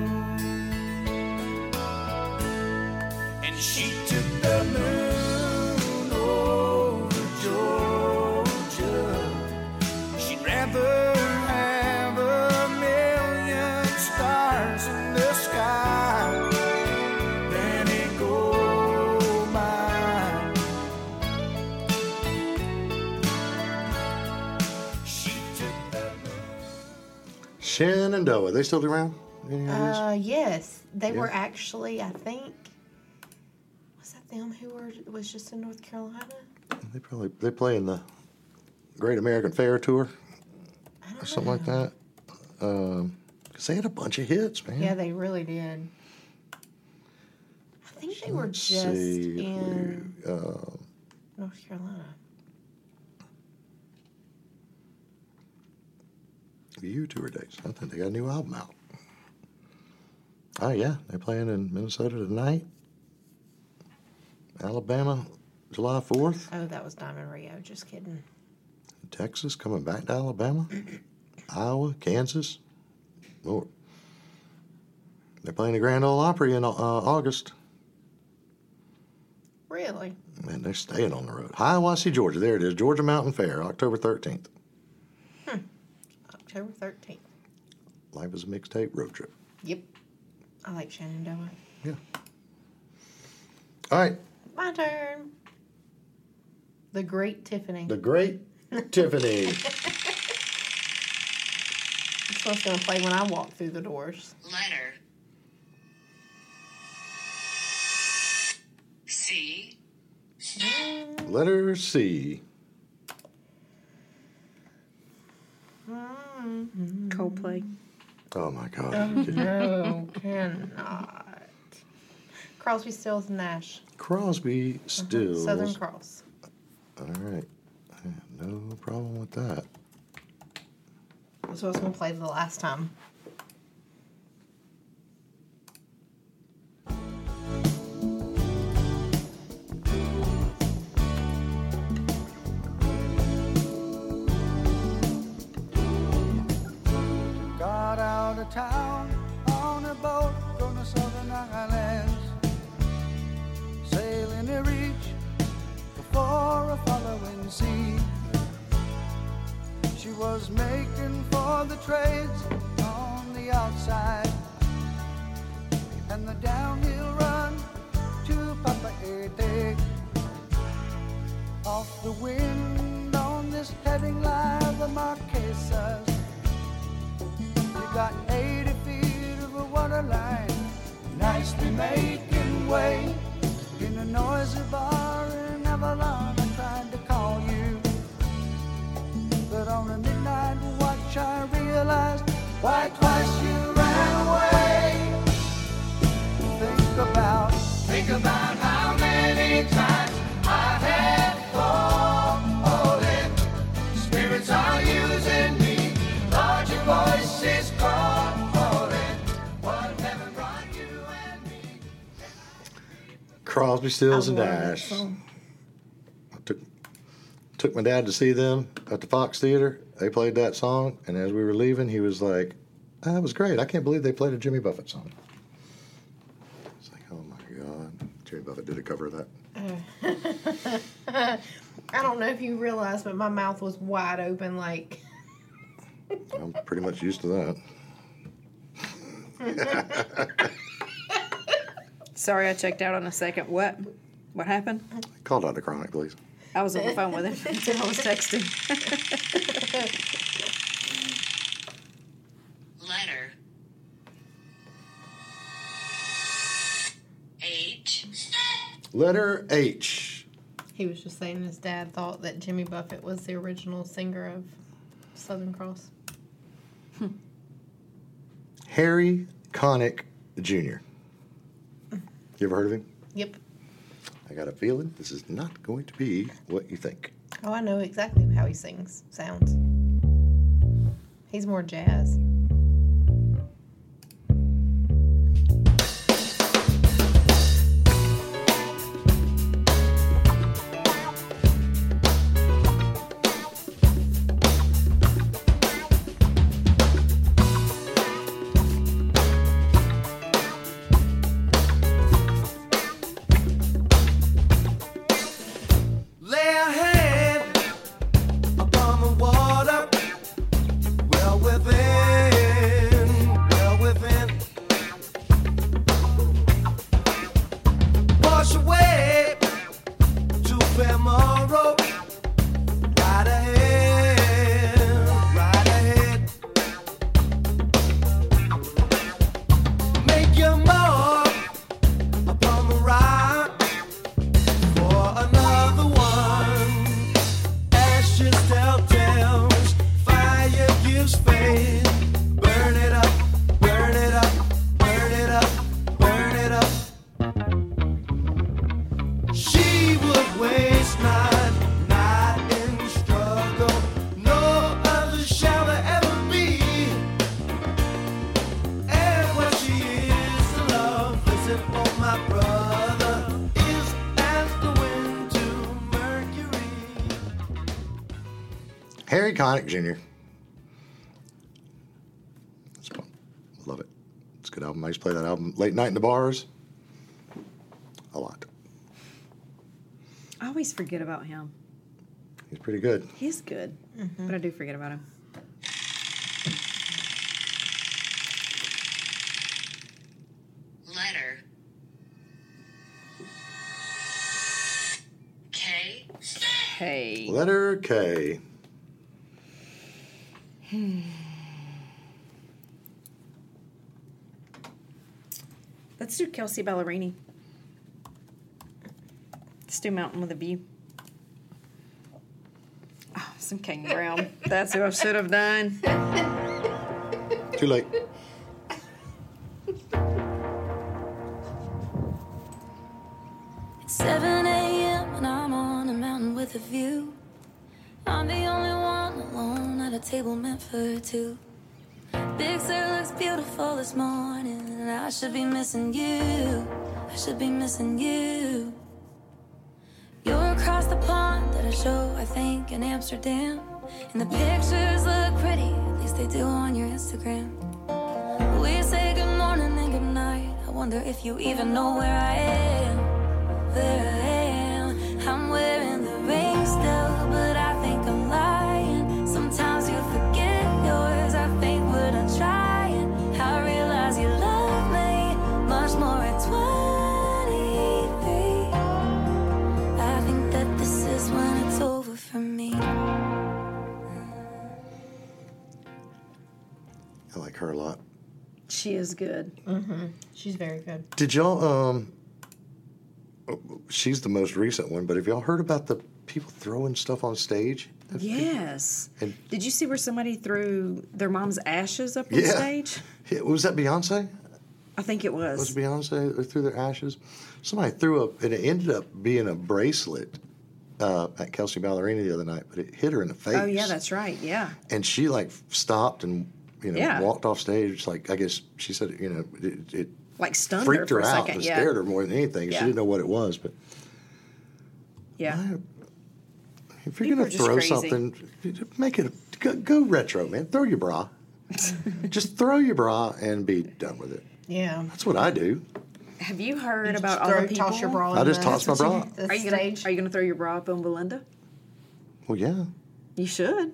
Speaker 11: And she took the moon over Georgia. She'd rather have a million stars in the sky than a gold mine. She took the
Speaker 1: Shenandoah. They still around? Any ideas?
Speaker 2: Uh, yes, they were
Speaker 1: Yeah.
Speaker 2: actually. I think was that them who were was just in North Carolina.
Speaker 1: they probably they play in the Great American Fair tour or something like that. Um 'cause they had a bunch of hits, man.
Speaker 2: Yeah, they really did. I think they were
Speaker 1: Let's
Speaker 2: just
Speaker 1: see if
Speaker 2: in
Speaker 1: we- uh,
Speaker 2: North Carolina.
Speaker 1: you tour dates. I think they got a new album out. Oh yeah, they're playing in Minnesota tonight. Alabama, July fourth.
Speaker 2: Oh, that was Diamond Rio. Just kidding.
Speaker 1: Texas coming back to Alabama, Iowa, Kansas. Lord, they're playing the Grand Ole Opry in uh, August,
Speaker 2: Really?
Speaker 1: and they're staying on the road. Hiawassee, Georgia. There it is, Georgia Mountain Fair, October thirteenth.
Speaker 2: October thirteenth.
Speaker 1: Life is a mixtape road trip.
Speaker 2: Yep. I like Shenandoah.
Speaker 1: Yeah. All right,
Speaker 2: My turn. The Great Tiffany.
Speaker 1: the great Tiffany.
Speaker 2: That's what's gonna play when I walk through the doors.
Speaker 6: letter C
Speaker 1: Letter C.
Speaker 3: Coldplay.
Speaker 1: Oh my God. are you kidding?
Speaker 2: No, cannot. Crosby, Stills, and Nash.
Speaker 1: Crosby, Stills.
Speaker 2: Southern Cross.
Speaker 1: All right. I have no problem with that.
Speaker 2: That's what I was gonna play the last time.
Speaker 11: Got out of town on a boat from the southern islands. Sailing to reach before a following sea. She was making for the trades on the outside. And the downhill run to Papa Ede. Off the wind on this heading lie the Marquesas. You got 80 feet of a water line, nicely making way. In a noisy bar in Avalon, I tried to call you. But on a midnight watch, I realized why twice you ran away. Think about, think about how many times I had fallen. Spirits are using me. Larger voices calling. What heaven brought you and me.
Speaker 1: Crosby, Stills, and
Speaker 2: I love that
Speaker 1: Nash.
Speaker 2: song.
Speaker 1: Took my dad to see them at the Fox Theater. They played that song, and as we were leaving, he was like, "That was great. I can't believe they played a Jimmy Buffett song." It's like, oh my god, Jimmy Buffett did a cover of that.
Speaker 2: I don't know if you realize, but my mouth was wide open, like
Speaker 1: I'm pretty much used to that.
Speaker 3: Sorry, I checked out on a second. What? What happened?
Speaker 1: Call Dr. Chronic, please.
Speaker 3: I was on the phone with him until I was texting.
Speaker 6: Letter H
Speaker 1: Letter H.
Speaker 2: he was just saying his dad thought that Jimmy Buffett was the original singer of Southern Cross.
Speaker 1: Harry Connick Jr. You ever heard of him?
Speaker 2: Yep.
Speaker 1: I got a feeling this is not going to be what you think.
Speaker 2: Oh, I know exactly how he sings, sounds. He's more jazz.
Speaker 11: Lay a hand upon the water, well within, well within. Wash away to tomorrow. Right ahead, right ahead. Make your mark upon the rock for another one. Ashes tell tales, fire gives faith. Burn it up, burn it up, burn it up, burn it up. She would waste not, not in struggle. No other shall there ever be. And what she is to love, listen for my brother, is as the wind to Mercury.
Speaker 1: Harry Connick Jr. It's fun. Love it. It's a good album. I used to play that album late night in the bars. A lot.
Speaker 3: I always forget about him.
Speaker 1: He's pretty good.
Speaker 3: He's good, but I do forget about him.
Speaker 6: letter K
Speaker 3: Hey.
Speaker 1: Letter K.
Speaker 3: Let's do Kelsey Ballerini. Let's do Mountain with a View. Oh, some King Brown. That's who I should have done.
Speaker 1: Too late.
Speaker 16: It's 7 a.m. and I'm on a mountain with a view. I'm the only one alone at a table meant for two. Big sur looks beautiful this morning, and I should be missing you. I should be missing you. You're across the pond at a show, I think, in Amsterdam. And the pictures look pretty, at least they do on your Instagram. We say good morning and good night. I wonder if you even know where I am where I am. I'm wearing the ring still, but I think I'm lying. Sometimes you forget yours. I think what I'm trying. I realize you love me much more at 23. I think that this is when it's over for me.
Speaker 1: I like her a lot.
Speaker 3: She is good.
Speaker 2: She's very good.
Speaker 1: Did y'all um she's the most recent one, but have y'all heard about the people throwing stuff on stage?
Speaker 3: Yes.
Speaker 1: And-
Speaker 3: Did you see where somebody threw their mom's ashes up on
Speaker 1: Yeah.
Speaker 3: stage?
Speaker 1: Yeah, Was that Beyonce?
Speaker 3: I think it was.
Speaker 1: was Beyonce that threw their ashes. Somebody threw up, and it ended up being a bracelet uh, at Kelsey Ballerini the other night, but it hit her in the face.
Speaker 3: oh, yeah, that's right. Yeah.
Speaker 1: And she like stopped and you know
Speaker 3: Yeah.
Speaker 1: walked off stage. Like I guess she said, you know, it, it
Speaker 3: Like stunned
Speaker 1: freaked
Speaker 3: her
Speaker 1: her,
Speaker 3: for a
Speaker 1: out
Speaker 3: second.
Speaker 1: and
Speaker 3: Yeah.
Speaker 1: scared her more than anything. She
Speaker 3: Yeah.
Speaker 1: didn't know what it was, but
Speaker 3: Yeah.
Speaker 1: I- If you're
Speaker 3: People
Speaker 1: gonna
Speaker 3: are just
Speaker 1: throw
Speaker 3: crazy.
Speaker 1: something, make it go, go retro, man. Throw your bra. just throw your bra and be done with it.
Speaker 2: Yeah.
Speaker 1: That's what I do.
Speaker 3: Have you heard about all
Speaker 2: Throw-
Speaker 3: the people?
Speaker 2: toss your bra
Speaker 1: I
Speaker 2: in
Speaker 1: just
Speaker 2: the-
Speaker 1: toss my bra.
Speaker 2: the
Speaker 3: Are you gonna
Speaker 2: stage.
Speaker 3: Are you gonna throw your bra up on Belinda?
Speaker 1: Well, yeah.
Speaker 3: You should.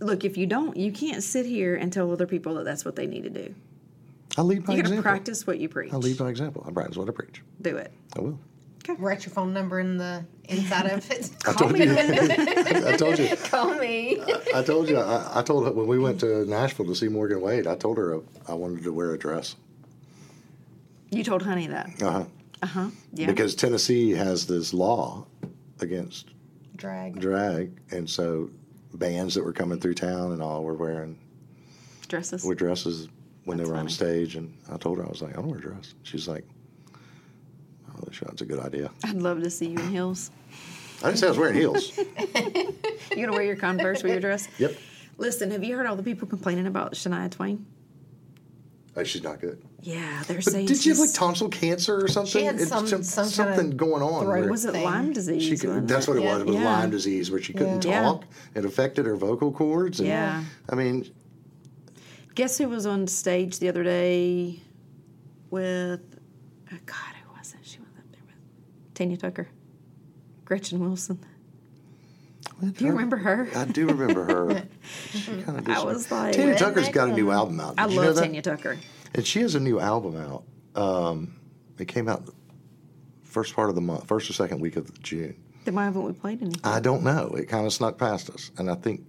Speaker 3: Look, if you don't, you can't sit here and tell other people that that's what they need to do.
Speaker 1: I lead by
Speaker 3: You got to
Speaker 1: example.
Speaker 3: practice what you preach.
Speaker 1: I lead by example. I practice what I preach.
Speaker 3: Do it.
Speaker 1: I will.
Speaker 2: Write your phone number in the inside of it.
Speaker 1: I told you. I told you.
Speaker 2: Call me.
Speaker 1: I told you. I, I told her when we went to Nashville to see Morgan Wade. I told her I wanted to wear a dress.
Speaker 3: You told Honey that.
Speaker 1: Uh huh.
Speaker 3: Uh huh. Yeah.
Speaker 1: Because Tennessee has this law against
Speaker 2: Drag.
Speaker 1: drag, and so bands that were coming through town and all were wearing
Speaker 3: dresses.
Speaker 1: wore dresses when
Speaker 3: That's
Speaker 1: they were on
Speaker 3: funny.
Speaker 1: stage. And I told her I was like, I don't wear a dress. She's like, I'm not really sure that's a good idea.
Speaker 3: I'd love to see you in heels.
Speaker 1: I didn't say I was wearing heels.
Speaker 3: You gonna wear your Converse with your dress?
Speaker 1: yep.
Speaker 3: Listen, have you heard all the people complaining about Shania Twain?
Speaker 1: Oh, she's not good.
Speaker 3: Yeah, they're
Speaker 1: But
Speaker 3: saying
Speaker 1: did she have like
Speaker 3: she's-
Speaker 1: tonsil cancer or something?
Speaker 2: had some- some kinda
Speaker 1: something going on.
Speaker 2: throat
Speaker 1: where-
Speaker 3: was it
Speaker 2: thing?
Speaker 3: Lyme disease?
Speaker 1: She could,
Speaker 3: wasn't
Speaker 1: that's
Speaker 3: it?
Speaker 1: what it was. It was
Speaker 3: Yeah.
Speaker 1: Lyme disease where she couldn't
Speaker 3: Yeah.
Speaker 1: talk. It affected her vocal cords. And,
Speaker 3: Yeah.
Speaker 1: I mean,
Speaker 3: Guess who was on stage the other day with? Oh God, who was it? She was up there with Tanya Tucker, Gretchen Wilson. Do you remember her?
Speaker 1: I do remember her. she kind of.
Speaker 3: I was like,
Speaker 1: Tanya Tucker's got a new album out. Did
Speaker 3: I
Speaker 1: you know
Speaker 3: love
Speaker 1: that?
Speaker 3: Tanya Tucker.
Speaker 1: And she has a new album out. Um, it came out the first part of the month, first or second week of June.
Speaker 3: Then why haven't we played any?
Speaker 1: I don't know. It kind of snuck past us, and I think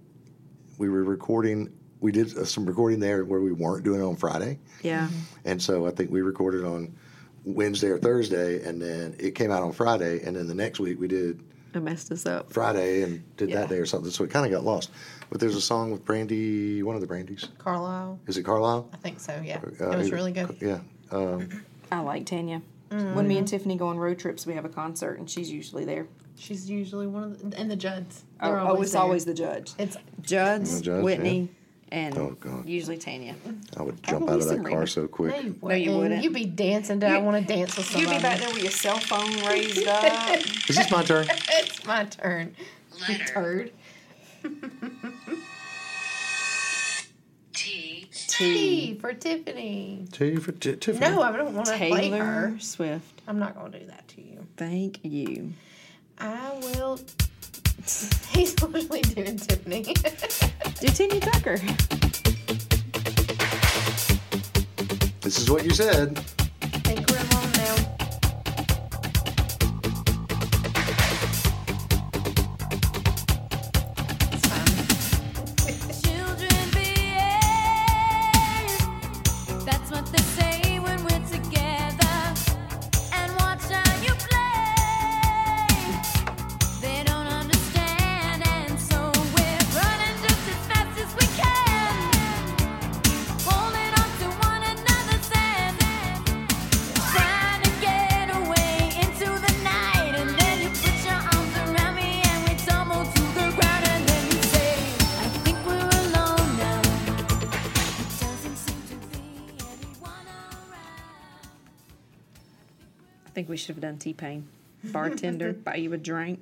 Speaker 1: we were recording. We did uh, some recording there where we weren't doing it on Friday,
Speaker 3: Yeah,
Speaker 1: and so I think we recorded on Wednesday or Thursday, and then it came out on Friday, and then the next week we did
Speaker 3: I messed us up.
Speaker 1: Friday and did
Speaker 3: Yeah.
Speaker 1: that day or something. So it kind of got lost. But there's a song with Brandy, one of the Brandys.
Speaker 2: Carlisle.
Speaker 1: Is it Carlisle?
Speaker 2: I think so, yeah.
Speaker 1: Uh,
Speaker 2: it was
Speaker 1: either-
Speaker 2: really good.
Speaker 1: Yeah. Um,
Speaker 3: I like Tanya.
Speaker 1: Mm-hmm.
Speaker 3: When me and Tiffany go on road trips, we have a concert, and she's usually there.
Speaker 2: She's usually one of the, and the Judds.
Speaker 3: Oh,
Speaker 2: They're
Speaker 3: oh, it's
Speaker 2: there.
Speaker 3: always the judge.
Speaker 2: It's
Speaker 3: Judds,
Speaker 1: Judds,
Speaker 3: Whitney, and
Speaker 1: Oh, God.
Speaker 3: usually Tanya.
Speaker 1: I would jump
Speaker 3: Probably
Speaker 1: out of that
Speaker 3: Sabrina.
Speaker 1: car so quick.
Speaker 2: no, you wouldn't.
Speaker 3: you wouldn't.
Speaker 2: You'd be dancing. Do I want to dance with somebody?
Speaker 3: there with your cell phone raised up.
Speaker 1: Is this my turn?
Speaker 2: It's my turn.
Speaker 6: letter
Speaker 2: Turd.
Speaker 6: T.
Speaker 2: T for Tiffany.
Speaker 1: T for Ti- Tiffany.
Speaker 2: No, I don't want to play her.
Speaker 3: Taylor Swift.
Speaker 2: I'm not going to do that to you.
Speaker 3: Thank you.
Speaker 2: I will. He's usually doing Tiffany.
Speaker 3: Do Tanya Tucker.
Speaker 1: This is what you said.
Speaker 2: think we're alone now. It's fine.
Speaker 5: Children behave. That's what they say when we're together. And watch how you play. They don't understand, and so we're running just as fast as we can. Holding on to one another's hands. Trying to get away into the night. And then you put your arms around me, and we tumble to the ground. And then you say, I think we're alone now. It doesn't seem to be anyone around.
Speaker 3: I think we should have done T Pain. Bartender, buy you a drink.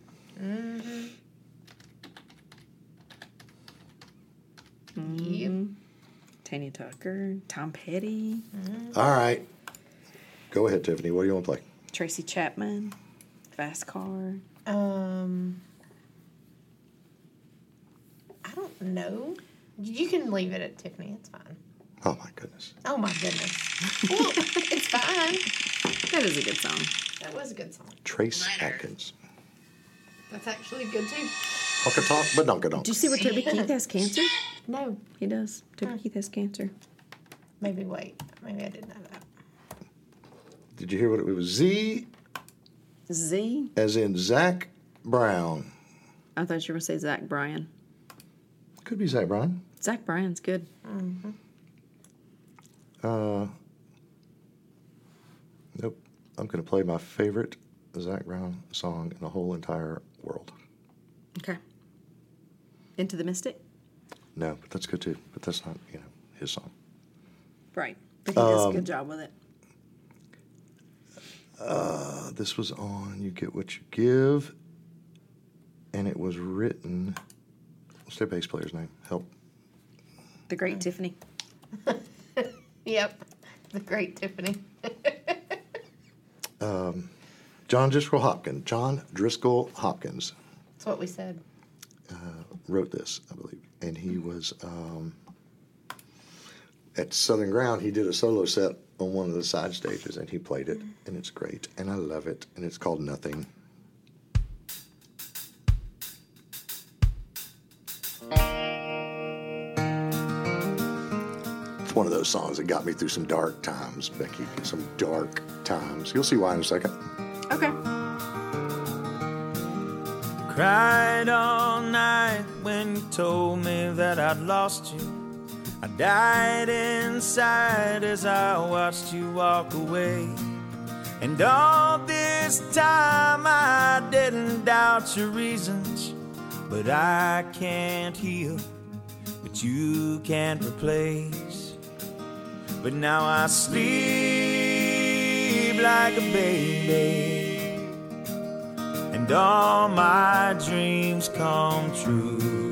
Speaker 3: Tanya Tucker, Tom Petty,
Speaker 1: All right. Go ahead, Tiffany. What do you want to play?
Speaker 3: Tracy Chapman, Fast Car.
Speaker 2: Um, I don't know. You can leave it at Tiffany. It's fine.
Speaker 1: Oh my goodness.
Speaker 2: Oh my goodness. Well, it's fine.
Speaker 3: That is a good song.
Speaker 2: That was a good song.
Speaker 1: Trace
Speaker 6: Letter.
Speaker 1: Atkins.
Speaker 2: That's actually good too.
Speaker 1: Honka talk, but donka donk.
Speaker 3: Do you see what Toby Keith has cancer?
Speaker 2: No,
Speaker 3: He does. Toby Keith has cancer.
Speaker 2: maybe wait. Maybe I didn't know that.
Speaker 1: Did you hear what it was? Z
Speaker 3: Z.
Speaker 1: as in Zach Brown.
Speaker 3: I thought you were going to say Zach Bryan.
Speaker 1: Could be Zach Brown.
Speaker 3: Zach Bryan's good.
Speaker 1: Nope. I'm going to play my favorite Zach Brown song in the whole entire world.
Speaker 3: Okay. Into the Mystic?
Speaker 1: No, but that's good too. But that's not, you know, his song.
Speaker 3: Right. But he does a
Speaker 1: Um,
Speaker 3: good job with it.
Speaker 1: Uh, this was on You Get What You Give. and it was written. What's their bass player's name? Help.
Speaker 3: The Great Tiffany.
Speaker 2: Yep. The great Tiffany.
Speaker 1: John Driscoll Hopkins. John Driscoll Hopkins
Speaker 2: That's what we said.
Speaker 1: wrote this, I believe, and he was um, at Southern Ground. He did a solo set on one of the side stages, and he played it, and it's great, and I love it, and it's called Nothing. It's one of those songs that got me through some dark times, Becky. Some dark times. You'll see why in a second.
Speaker 3: Okay.
Speaker 17: Cried all night when you told me that I'd lost you. I died inside as I watched you walk away. And all this time I didn't doubt your reasons, but I can't heal, but you can't replace. But now I sleep like a baby and all my dreams come true.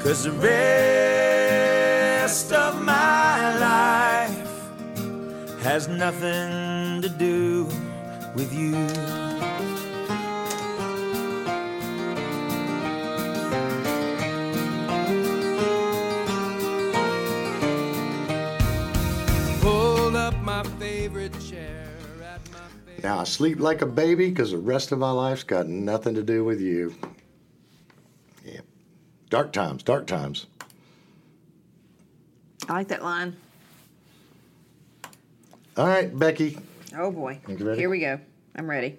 Speaker 17: Cause the rest of my life has nothing to do with you. Pulled up my favorite chair at my favorite.
Speaker 1: Now I sleep like a baby because the rest of my life's got nothing to do with you. Yeah. Dark times, dark times.
Speaker 3: I like that line.
Speaker 1: All right, Becky.
Speaker 3: Oh boy.
Speaker 1: You ready?
Speaker 3: Here we go. I'm ready.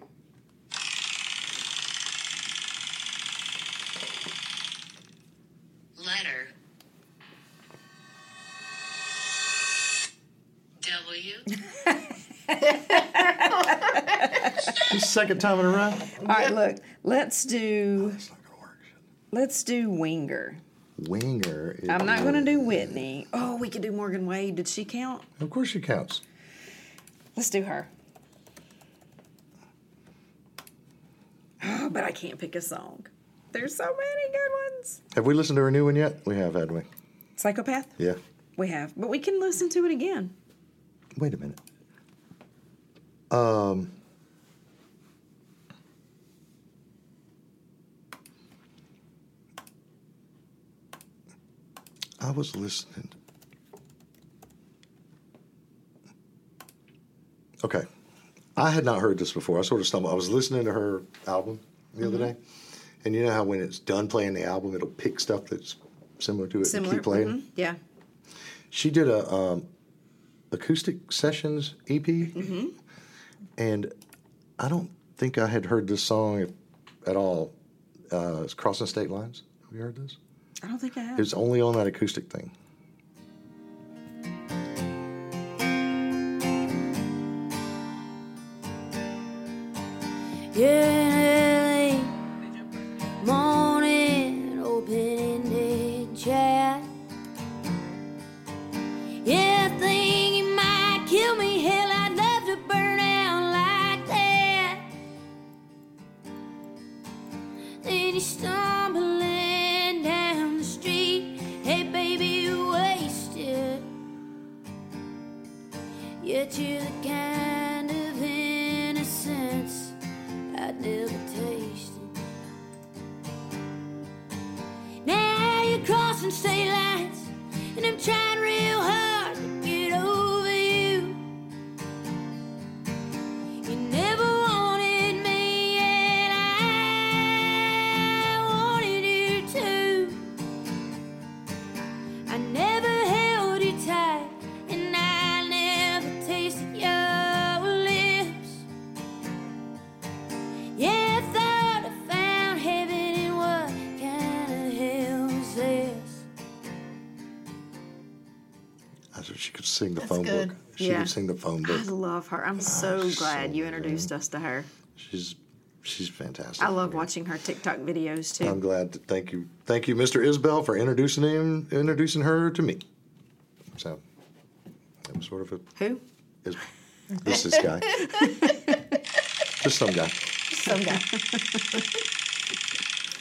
Speaker 11: Letter. W.
Speaker 1: This is the second time in a row.
Speaker 3: All right, look. Let's do
Speaker 1: It's not gonna work.
Speaker 3: let's do Winger.
Speaker 1: Winger. is-
Speaker 3: I'm not gonna do Whitney. Oh, we could do Morgan Wade. Did she count?
Speaker 1: Of course she counts.
Speaker 3: Let's do her. Oh, but I can't pick a song. There's so many good ones.
Speaker 1: Have we listened to her new one yet? We have, hadn't we?
Speaker 3: Psychopath?
Speaker 1: Yeah.
Speaker 3: We have. But we can listen to it again.
Speaker 1: Wait a minute. Um. I was listening. Okay. I had not heard this before. I sort of stumbled. I was listening to her album the other day. And you know how when it's done playing the album, it'll pick stuff that's similar to it
Speaker 3: Similar.
Speaker 1: and keep playing?
Speaker 3: mhm, Yeah.
Speaker 1: she did a um, acoustic sessions EP,
Speaker 3: Mm-hmm.
Speaker 1: and I don't think I had heard this song at all. Uh, it's crossing state lines. Have you heard this?
Speaker 3: I don't think I have.
Speaker 1: It's only on that acoustic thing.
Speaker 5: Yeah, morning open-ended chat. Yeah, think you might kill me. Hell, I'd love to burn down like that. Then you stumbling down the street. Hey, baby, you wasted. Yet you're the kind of innocence. I'd never tasted. Now you're crossing state lines, and I'm trying real hard to get over you. You never wanted me, and I wanted you too. I never held you tight, and I never tasted your lips. Yeah, I thought I found heaven and what kind of hell is this?
Speaker 1: I said she could sing the
Speaker 18: That's
Speaker 1: phone
Speaker 18: good.
Speaker 1: book. She
Speaker 3: Yeah.
Speaker 1: could sing the phone
Speaker 3: I
Speaker 1: book.
Speaker 3: love her. I'm so
Speaker 1: Oh, she's
Speaker 3: glad
Speaker 1: so
Speaker 3: you introduced us to her.
Speaker 1: She's she's fantastic.
Speaker 3: I love watching her TikTok videos too.
Speaker 1: I'm glad to thank you, thank you, Mr. Isbell, for introducing him, introducing her to me. So that was sort of a
Speaker 3: Who?
Speaker 1: is this this guy. Just some guy.
Speaker 18: Some guy.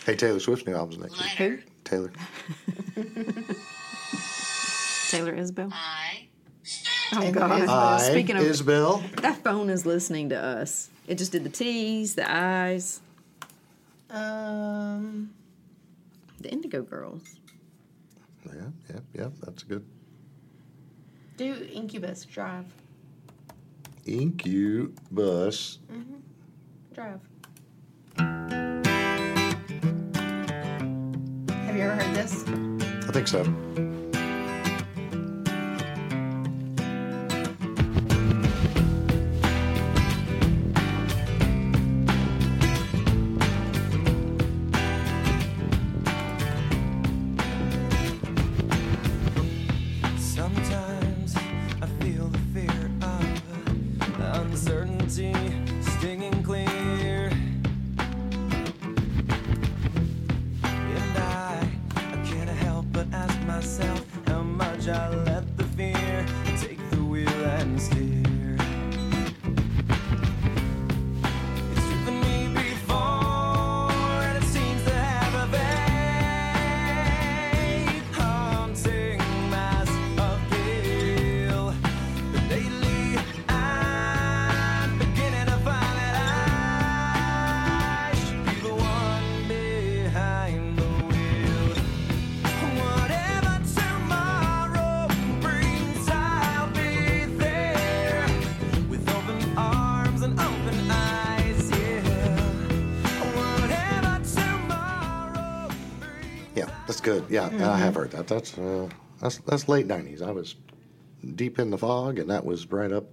Speaker 1: Hey, Taylor Swift's new album's next week.
Speaker 6: letter
Speaker 1: Taylor.
Speaker 3: Taylor Isbell.
Speaker 6: I.
Speaker 3: Oh God!
Speaker 1: I,
Speaker 3: Speaking of
Speaker 1: Isabel.
Speaker 3: that phone is listening to us. It just did the T's, the I's,
Speaker 2: Um,
Speaker 3: the Indigo Girls.
Speaker 1: Yeah, yeah, yeah. That's good.
Speaker 2: do Incubus drive?
Speaker 1: Incubus.
Speaker 2: Drive. Have you ever heard this?
Speaker 1: I think so.
Speaker 11: Sometimes I feel the fear of the uncertainty stinging clear. And I, I can't help but ask myself how much I let the fear take the wheel and steer. It's driven me before, and it seems to have a vague haunting mass appeal. But lately, I'm beginning to find that I should be the one behind the wheel. Whatever tomorrow brings, I'll be there with open arms and open eyes. Yeah. Whatever tomorrow brings.
Speaker 1: Yeah, that's good. Yeah, and I have heard that. That's uh, that's that's late nineties. I was deep in the fog, and that was right up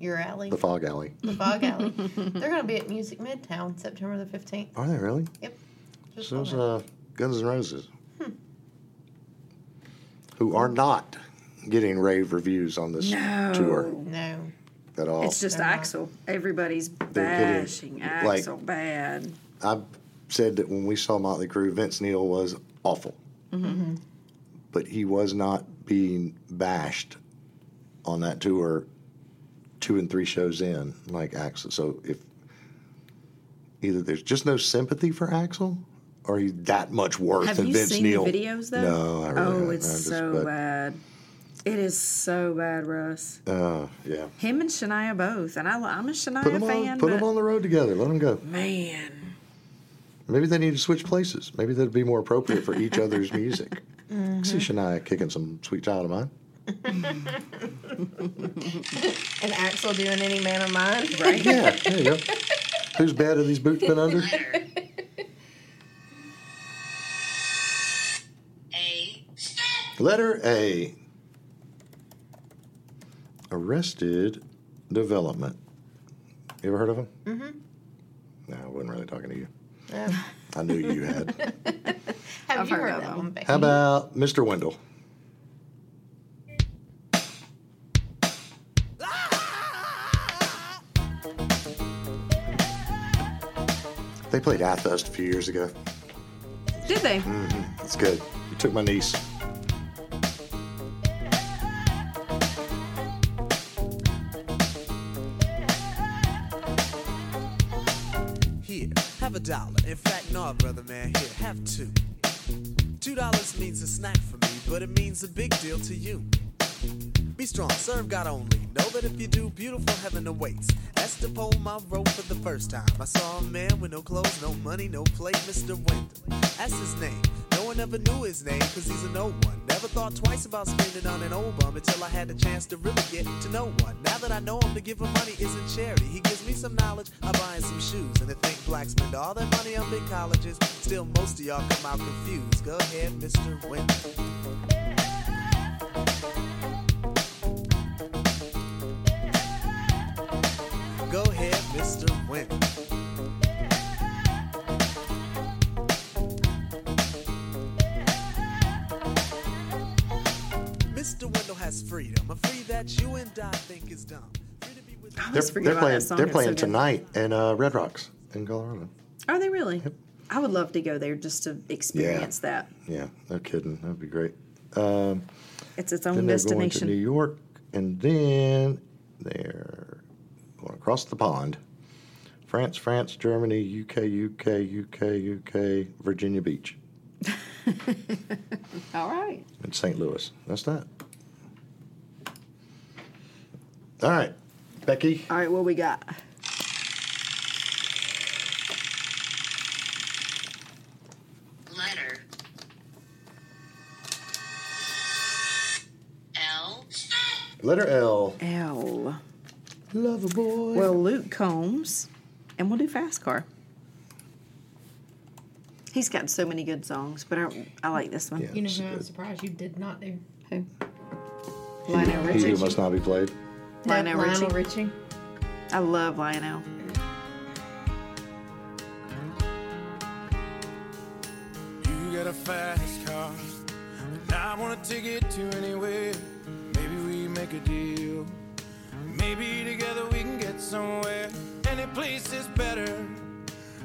Speaker 2: Your alley,
Speaker 1: the fog alley.
Speaker 2: the Fog Alley. They're gonna be at Music Midtown September the fifteenth.
Speaker 1: Are they really?
Speaker 2: Yep. Just
Speaker 1: So
Speaker 2: saw
Speaker 1: it's
Speaker 2: that.
Speaker 1: uh, Guns N' Roses, Hmm. who are not getting rave reviews on this
Speaker 3: No.
Speaker 1: tour
Speaker 2: no.
Speaker 1: at all.
Speaker 3: It's just Axel. Everybody's
Speaker 1: kidding.
Speaker 3: bashing
Speaker 1: Like-
Speaker 3: Axel bad.
Speaker 1: I've said that when we saw Motley Crue, Vince Neil was awful,
Speaker 3: Mm-hmm.
Speaker 1: but he was not being bashed on that tour. Two and three shows in, like Axel. So if either there's just no sympathy for Axel, or he's that much worse
Speaker 3: Have
Speaker 1: than
Speaker 3: you
Speaker 1: Vince
Speaker 3: seen
Speaker 1: Neil.
Speaker 3: the videos though?
Speaker 1: No, I really
Speaker 3: Oh,
Speaker 1: haven't.
Speaker 3: it's
Speaker 1: I'm just-
Speaker 3: so
Speaker 1: but-
Speaker 3: bad. It is so bad, Russ.
Speaker 1: Uh, yeah.
Speaker 3: Him and Shania both, and I, lo- I'm a Shania
Speaker 1: Put them
Speaker 3: fan.
Speaker 1: on. Put
Speaker 3: but
Speaker 1: them on the road together. Let them go.
Speaker 3: Man,
Speaker 1: Maybe they need to switch places. Maybe that'd be more appropriate for each other's music.
Speaker 3: Mm-hmm.
Speaker 1: I See Shania kicking some sweet child of mine.
Speaker 2: And Axel doing any man of mine.
Speaker 3: right?
Speaker 1: Yeah, there you go. Whose bed have these boots been under?
Speaker 6: Letter A.
Speaker 1: Letter A. Arrested Development. You ever heard of them? Mm-hmm. No, I wasn't really talking to you.
Speaker 2: No.
Speaker 1: I knew you had.
Speaker 2: Have
Speaker 3: I've
Speaker 2: you
Speaker 3: heard
Speaker 2: heard,
Speaker 3: of
Speaker 2: that
Speaker 3: them.
Speaker 2: one, Becky?
Speaker 1: How about Mr. Wendell? They played Athust a few years ago.
Speaker 3: Did they?
Speaker 1: It's good. You took my niece.
Speaker 11: Here, have a dollar. In fact, no, brother man, here, have two. Two dollars means a snack for me, but it means a big deal to you. Be strong, serve God only. Know that if you do, beautiful heaven awaits. That's the poem I wrote for the first time. I saw a man with no clothes, no money, no plate, Mr. Wendell. That's his name. No one ever knew his name, cause he's an old one. Never thought twice about spending on an old bum until I had the chance to really get to know one. Now that I know him, to give him money isn't charity. He gives me some knowledge, I buy him some shoes. And to think blacks spend all their money on big colleges, still most of y'all come out confused. Go ahead, Mr. Wendell. Go ahead, Mr. Wendell. Mr. Wendell has freedom, a free that you and I think is dumb. Free to be with
Speaker 3: I
Speaker 1: They're,
Speaker 3: always forget
Speaker 1: they're
Speaker 3: about
Speaker 1: playing.
Speaker 3: that song.
Speaker 1: They're
Speaker 3: It's so
Speaker 1: playing
Speaker 3: good.
Speaker 1: tonight in uh, Red Rocks in Colorado.
Speaker 3: Are they really? I would love to go there just to experience that.
Speaker 1: Yeah, no kidding. That'd be great. Um,
Speaker 3: It's its
Speaker 1: Then
Speaker 3: own
Speaker 1: they're going to
Speaker 3: destination.
Speaker 1: New York, and then they're going across the pond France, France, Germany, UK, UK, UK, UK, Virginia Beach,
Speaker 3: All right.
Speaker 1: and St. Louis. That's that. All right, Becky.
Speaker 3: All right, what we got?
Speaker 11: Letter L
Speaker 1: Letter L.
Speaker 3: L.
Speaker 1: Lover boy.
Speaker 3: Well, Luke Combs, and we'll do Fast Car. He's got so many good songs, but I, I like this one.
Speaker 1: Yeah,
Speaker 19: You know
Speaker 1: it's
Speaker 19: who I'm
Speaker 1: good.
Speaker 19: surprised you did not do?
Speaker 3: Who? Lionel
Speaker 1: He who
Speaker 3: Richie.
Speaker 1: must not be played.
Speaker 3: Lionel Richie.
Speaker 19: Richie.
Speaker 3: I love Lionel.
Speaker 20: You got a fast car, and I want a ticket to anywhere. Maybe we make a deal. Maybe together we can get somewhere. Any place is better.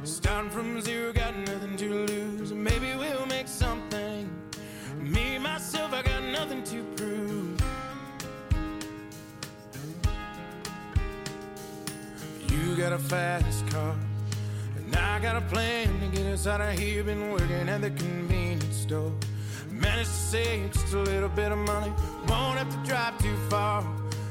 Speaker 20: Starting from zero, got nothing to lose. Maybe we'll make something. Me, myself, I got nothing to prove. You got a fast car. And I got a plan to get us out of here. Been working at the convenience store. Managed to save just a little bit of money. Won't have to drive too far.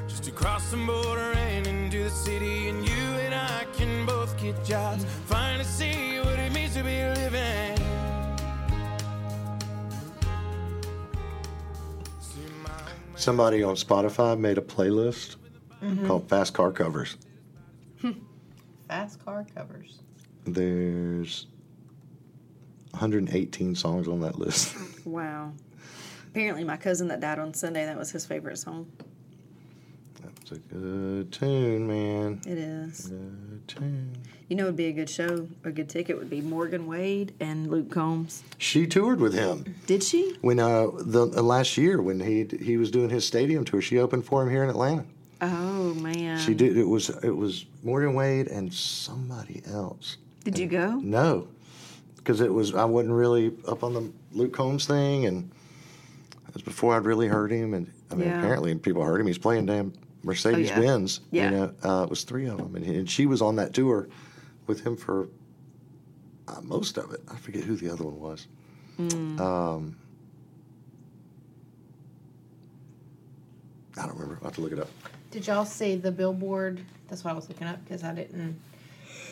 Speaker 20: Just across the border and into the city. And you and I can both get jobs. Finally see what it means to be living. See my-
Speaker 1: Somebody on Spotify made a playlist
Speaker 19: Mm-hmm.
Speaker 1: called Fast Car Covers.
Speaker 2: Fast car covers.
Speaker 1: There's 118 songs on that list.
Speaker 3: Wow. Apparently, my cousin that died on Sunday, that was his favorite song.
Speaker 1: That's a good tune, man.
Speaker 3: It is.
Speaker 1: Good tune.
Speaker 3: You know, it would be a good show, a good ticket would be Morgan Wade and Luke Combs.
Speaker 1: She toured with him
Speaker 3: Did she?
Speaker 1: when uh the uh, last year when he he was doing his stadium tour. She opened for him here in Atlanta.
Speaker 3: Oh, man.
Speaker 1: She did. It was it was Morgan Wade and somebody else.
Speaker 3: Did you go?
Speaker 1: No, because it was I wasn't really up on the Luke Combs thing, and it was before I'd really heard him. And I mean,
Speaker 3: Yeah. Oh,
Speaker 1: apparently people heard him. He's playing damn Mercedes Benz.
Speaker 3: Yeah.
Speaker 1: You know, uh, it was three of them, and, he- and she was on that tour with him for uh, most of it. I forget who the other one was.
Speaker 3: Hmm.
Speaker 1: Um, I don't remember. I will have to look it up.
Speaker 2: Did y'all see the billboard? That's what I was looking up because I didn't.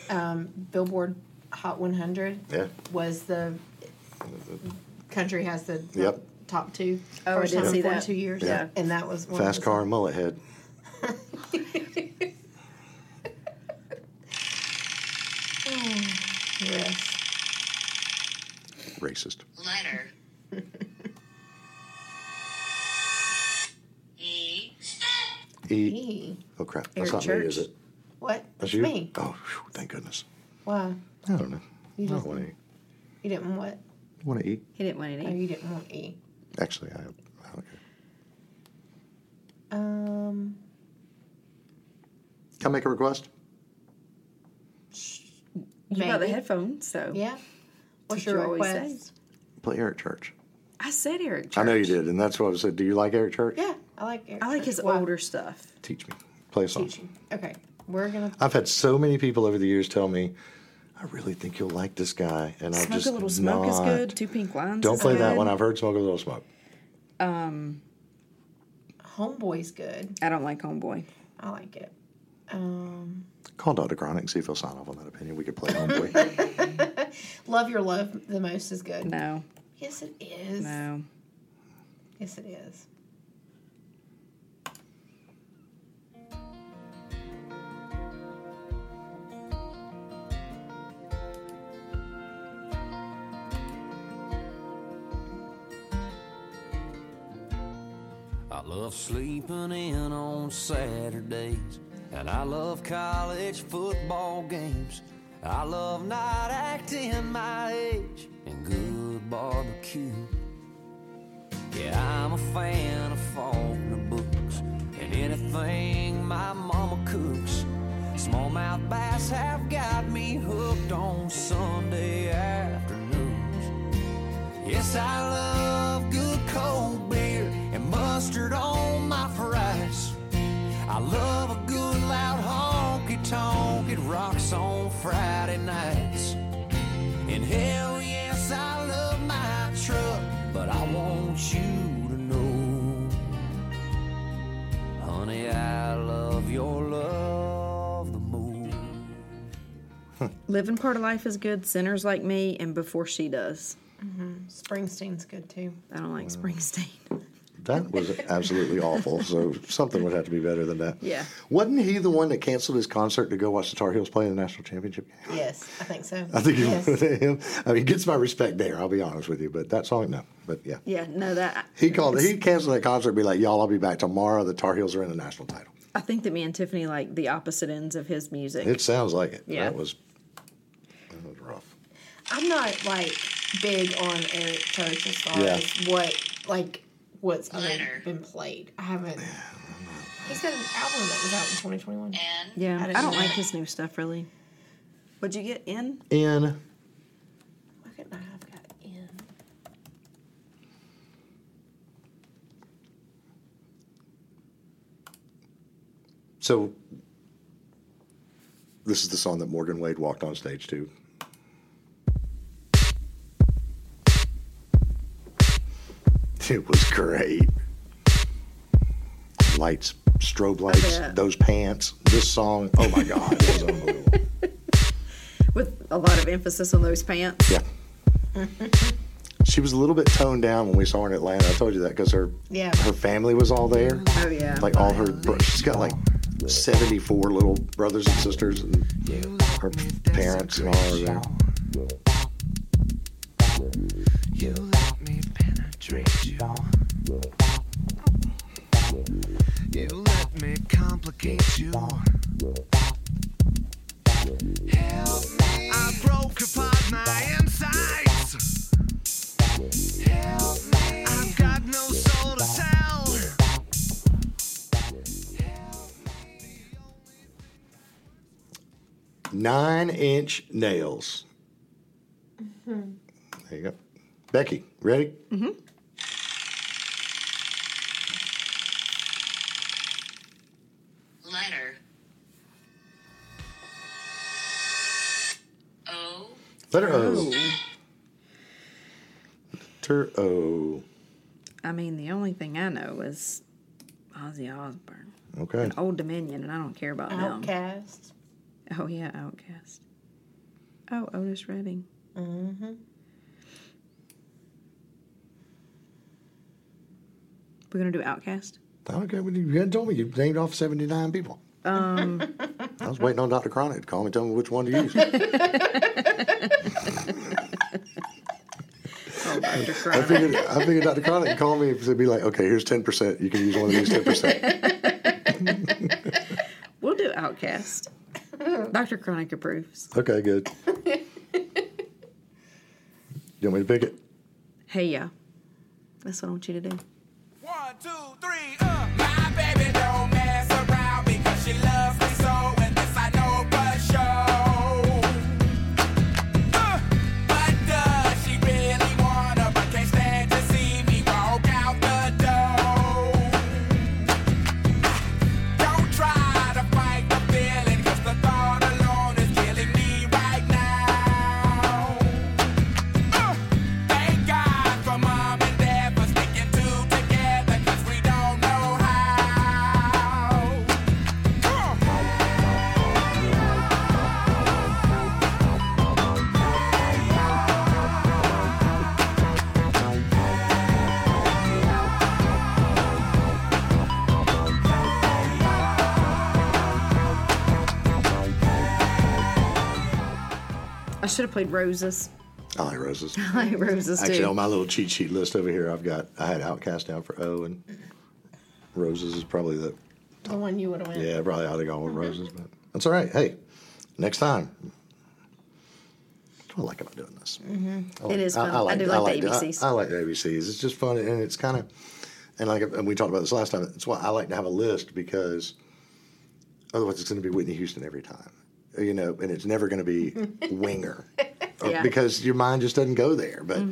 Speaker 2: Um, billboard Hot 100
Speaker 1: Yeah.
Speaker 2: was the country has the
Speaker 1: Yep.
Speaker 2: top two.
Speaker 3: Oh, I
Speaker 2: First
Speaker 3: did
Speaker 2: time
Speaker 3: see
Speaker 2: in
Speaker 3: that.
Speaker 2: 42 years.
Speaker 1: Yeah.
Speaker 2: And that was one of
Speaker 1: Fast
Speaker 2: the-
Speaker 1: car and mullet head.
Speaker 2: Yes.
Speaker 1: Racist.
Speaker 11: letter E
Speaker 1: E.
Speaker 2: Hey.
Speaker 1: Oh crap.
Speaker 3: Eric
Speaker 1: That's not me, is
Speaker 3: Church.
Speaker 1: it?
Speaker 2: What?
Speaker 1: That's
Speaker 2: It's
Speaker 1: you?
Speaker 2: me.
Speaker 1: Oh, phew, thank goodness.
Speaker 2: Why?
Speaker 1: I don't know.
Speaker 2: You
Speaker 1: I don't
Speaker 2: just-
Speaker 1: want to eat.
Speaker 2: You didn't what?
Speaker 1: Want to eat?
Speaker 3: He didn't want
Speaker 2: Oh,
Speaker 3: any.
Speaker 2: you didn't want E.
Speaker 1: Actually, I, I don't care.
Speaker 2: Um,
Speaker 1: Can I make a request?
Speaker 3: You got the
Speaker 2: Maybe.
Speaker 3: headphones, so.
Speaker 2: yeah. What's
Speaker 3: what
Speaker 2: your
Speaker 3: you always
Speaker 2: request?
Speaker 3: say.
Speaker 1: Play Eric Church.
Speaker 3: I said Eric Church.
Speaker 1: I know you did, and that's what I said. Do you like Eric Church?
Speaker 2: Yeah, I like Eric
Speaker 3: I like
Speaker 2: Church.
Speaker 3: his
Speaker 2: Why?
Speaker 3: older stuff.
Speaker 1: Teach me. Play a song.
Speaker 2: Teach you. Okay, we're gonna.
Speaker 1: I've had so many people over the years tell me, I really think you'll like this guy, and I've
Speaker 3: Smoke
Speaker 1: just
Speaker 3: a little smoke is
Speaker 1: not-
Speaker 3: good. Two pink lines.
Speaker 1: Don't
Speaker 3: is
Speaker 1: play that
Speaker 3: good.
Speaker 1: one. I've heard "Smoke a Little Smoke."
Speaker 2: Homeboy's good.
Speaker 3: I don't like Homeboy.
Speaker 2: I like it. Um,
Speaker 1: Call Dr. Chronic, see if he'll sign off on that opinion. We could play Homeboy.
Speaker 2: love your love the most is good.
Speaker 3: No,
Speaker 2: Yes, it is.
Speaker 3: no.
Speaker 2: Yes, it is.
Speaker 20: I love sleeping in on Saturdays, and I love college football games. I love not acting my age and good barbecue. Yeah, I'm a fan of Faulkner books and anything my mama cooks. Smallmouth bass have got me hooked on Sunday afternoons. Yes, I love good cold beer and mustard on my fries. I love a good loud honky tonk. It rocks on
Speaker 11: Friday nights. And hell yes, I love my truck, but I want you to know, honey, I love your love the most.
Speaker 3: Living Part of Life is good, Sinners Like Me, and Before She Does.
Speaker 2: Springsteen's good too.
Speaker 3: I don't like Springsteen.
Speaker 1: That was absolutely awful. So something would have to be better than that.
Speaker 3: Yeah.
Speaker 1: Wasn't he the one that canceled his concert to go watch the Tar Heels play in the national championship game?
Speaker 2: Yes, I think so.
Speaker 1: I think you
Speaker 2: yes.
Speaker 1: him. I mean, he gets my respect there. I'll be honest with you, but that song, no. But yeah,
Speaker 3: Yeah, no, that
Speaker 1: he called. He canceled that concert. and Be like, y'all, I'll be back tomorrow. The Tar Heels are in the national title.
Speaker 3: I think that me and Tiffany like the opposite ends of his music.
Speaker 1: It sounds like it.
Speaker 3: Yeah.
Speaker 1: That was. That was rough.
Speaker 2: I'm not like big on Eric Church as far
Speaker 1: Yeah.
Speaker 2: as what like what's really
Speaker 6: Leonard.
Speaker 2: been played. I haven't. He's got an album that was out in 2021.
Speaker 6: N.
Speaker 3: yeah,
Speaker 2: I
Speaker 3: I
Speaker 2: don't
Speaker 3: don't,
Speaker 2: know.
Speaker 3: like his new stuff really. Would you get in?
Speaker 1: And
Speaker 2: Why couldn't I have got in?
Speaker 1: so, this is the song that Morgan Wade walked on stage to. It was great. Lights, strobe lights,
Speaker 3: bet.
Speaker 1: those pants, this song. Oh my God, it was unbelievable.
Speaker 3: With a lot of emphasis on those pants.
Speaker 1: Yeah. She was a little bit toned down when we saw her in Atlanta. I told you that because her
Speaker 2: Yeah.
Speaker 1: her family was all there.
Speaker 3: Oh yeah.
Speaker 1: Like all her, bro- she's got like seventy four little brothers and sisters, and her parents and all are there.
Speaker 11: You let me penetrate you. You let me complicate you. Help me. I broke apart my insides. Help me. I've got no soul to tell.
Speaker 1: Nine inch nails. There you go, Becky. Ready?
Speaker 6: Letter O.
Speaker 1: Letter O. Letter O.
Speaker 3: I mean, the only thing I know is Ozzy Osbourne,
Speaker 1: Okay.
Speaker 3: Old Dominion, and I don't care about them.
Speaker 2: Outcast.
Speaker 3: Oh yeah, Outcast. Oh, Otis Redding. Mm-hmm. We're gonna do Outcast.
Speaker 1: I'm okay with you. You hadn't told me you named off 79 people. Um, I was waiting on Dr. Cronin to call me and tell me which one to use.
Speaker 3: Oh, Dr.
Speaker 1: I
Speaker 3: Cronin.
Speaker 1: figured, I figured Dr. Cronin would call me and be like, okay, here's 10%. You can use one of these 10%.
Speaker 3: We'll do Outcast. Dr. Chronic approves.
Speaker 1: Okay, good. You want me to pick it?
Speaker 3: Hey, yeah. That's what I want you to do.
Speaker 11: One, two, three, uh. My baby don't mess around because she loves me so, and this I know for sure. Uh, but uh. does she really wanna? But can't stand to see me walk out the door. Don't try to fight the feeling, 'cause the thought alone is killing me right now. Thank God for mom and dad for sticking two together, 'cause we don't know how.
Speaker 3: I should have played Roses.
Speaker 1: I like roses.
Speaker 3: I like Roses
Speaker 1: Actually, on
Speaker 3: too.
Speaker 1: my little cheat sheet list over here, I've got, I had Outcast down for O, and roses is probably the,
Speaker 2: The one you would have went.
Speaker 1: yeah, probably ought to go with roses, but that's all right. Hey, next time. That's what I like about doing this. I like-
Speaker 3: Mm-hmm. It is fun. I do like the ABCs.
Speaker 1: I, I like the ABCs. It's just fun, and it's kind of, and like and we talked about this last time. That's why I like to have a list because otherwise it's going to be Whitney Houston every time, you know, and it's never going to be Winger. Or-
Speaker 3: Yeah. Mm-hmm.
Speaker 1: Because your mind just doesn't go there. But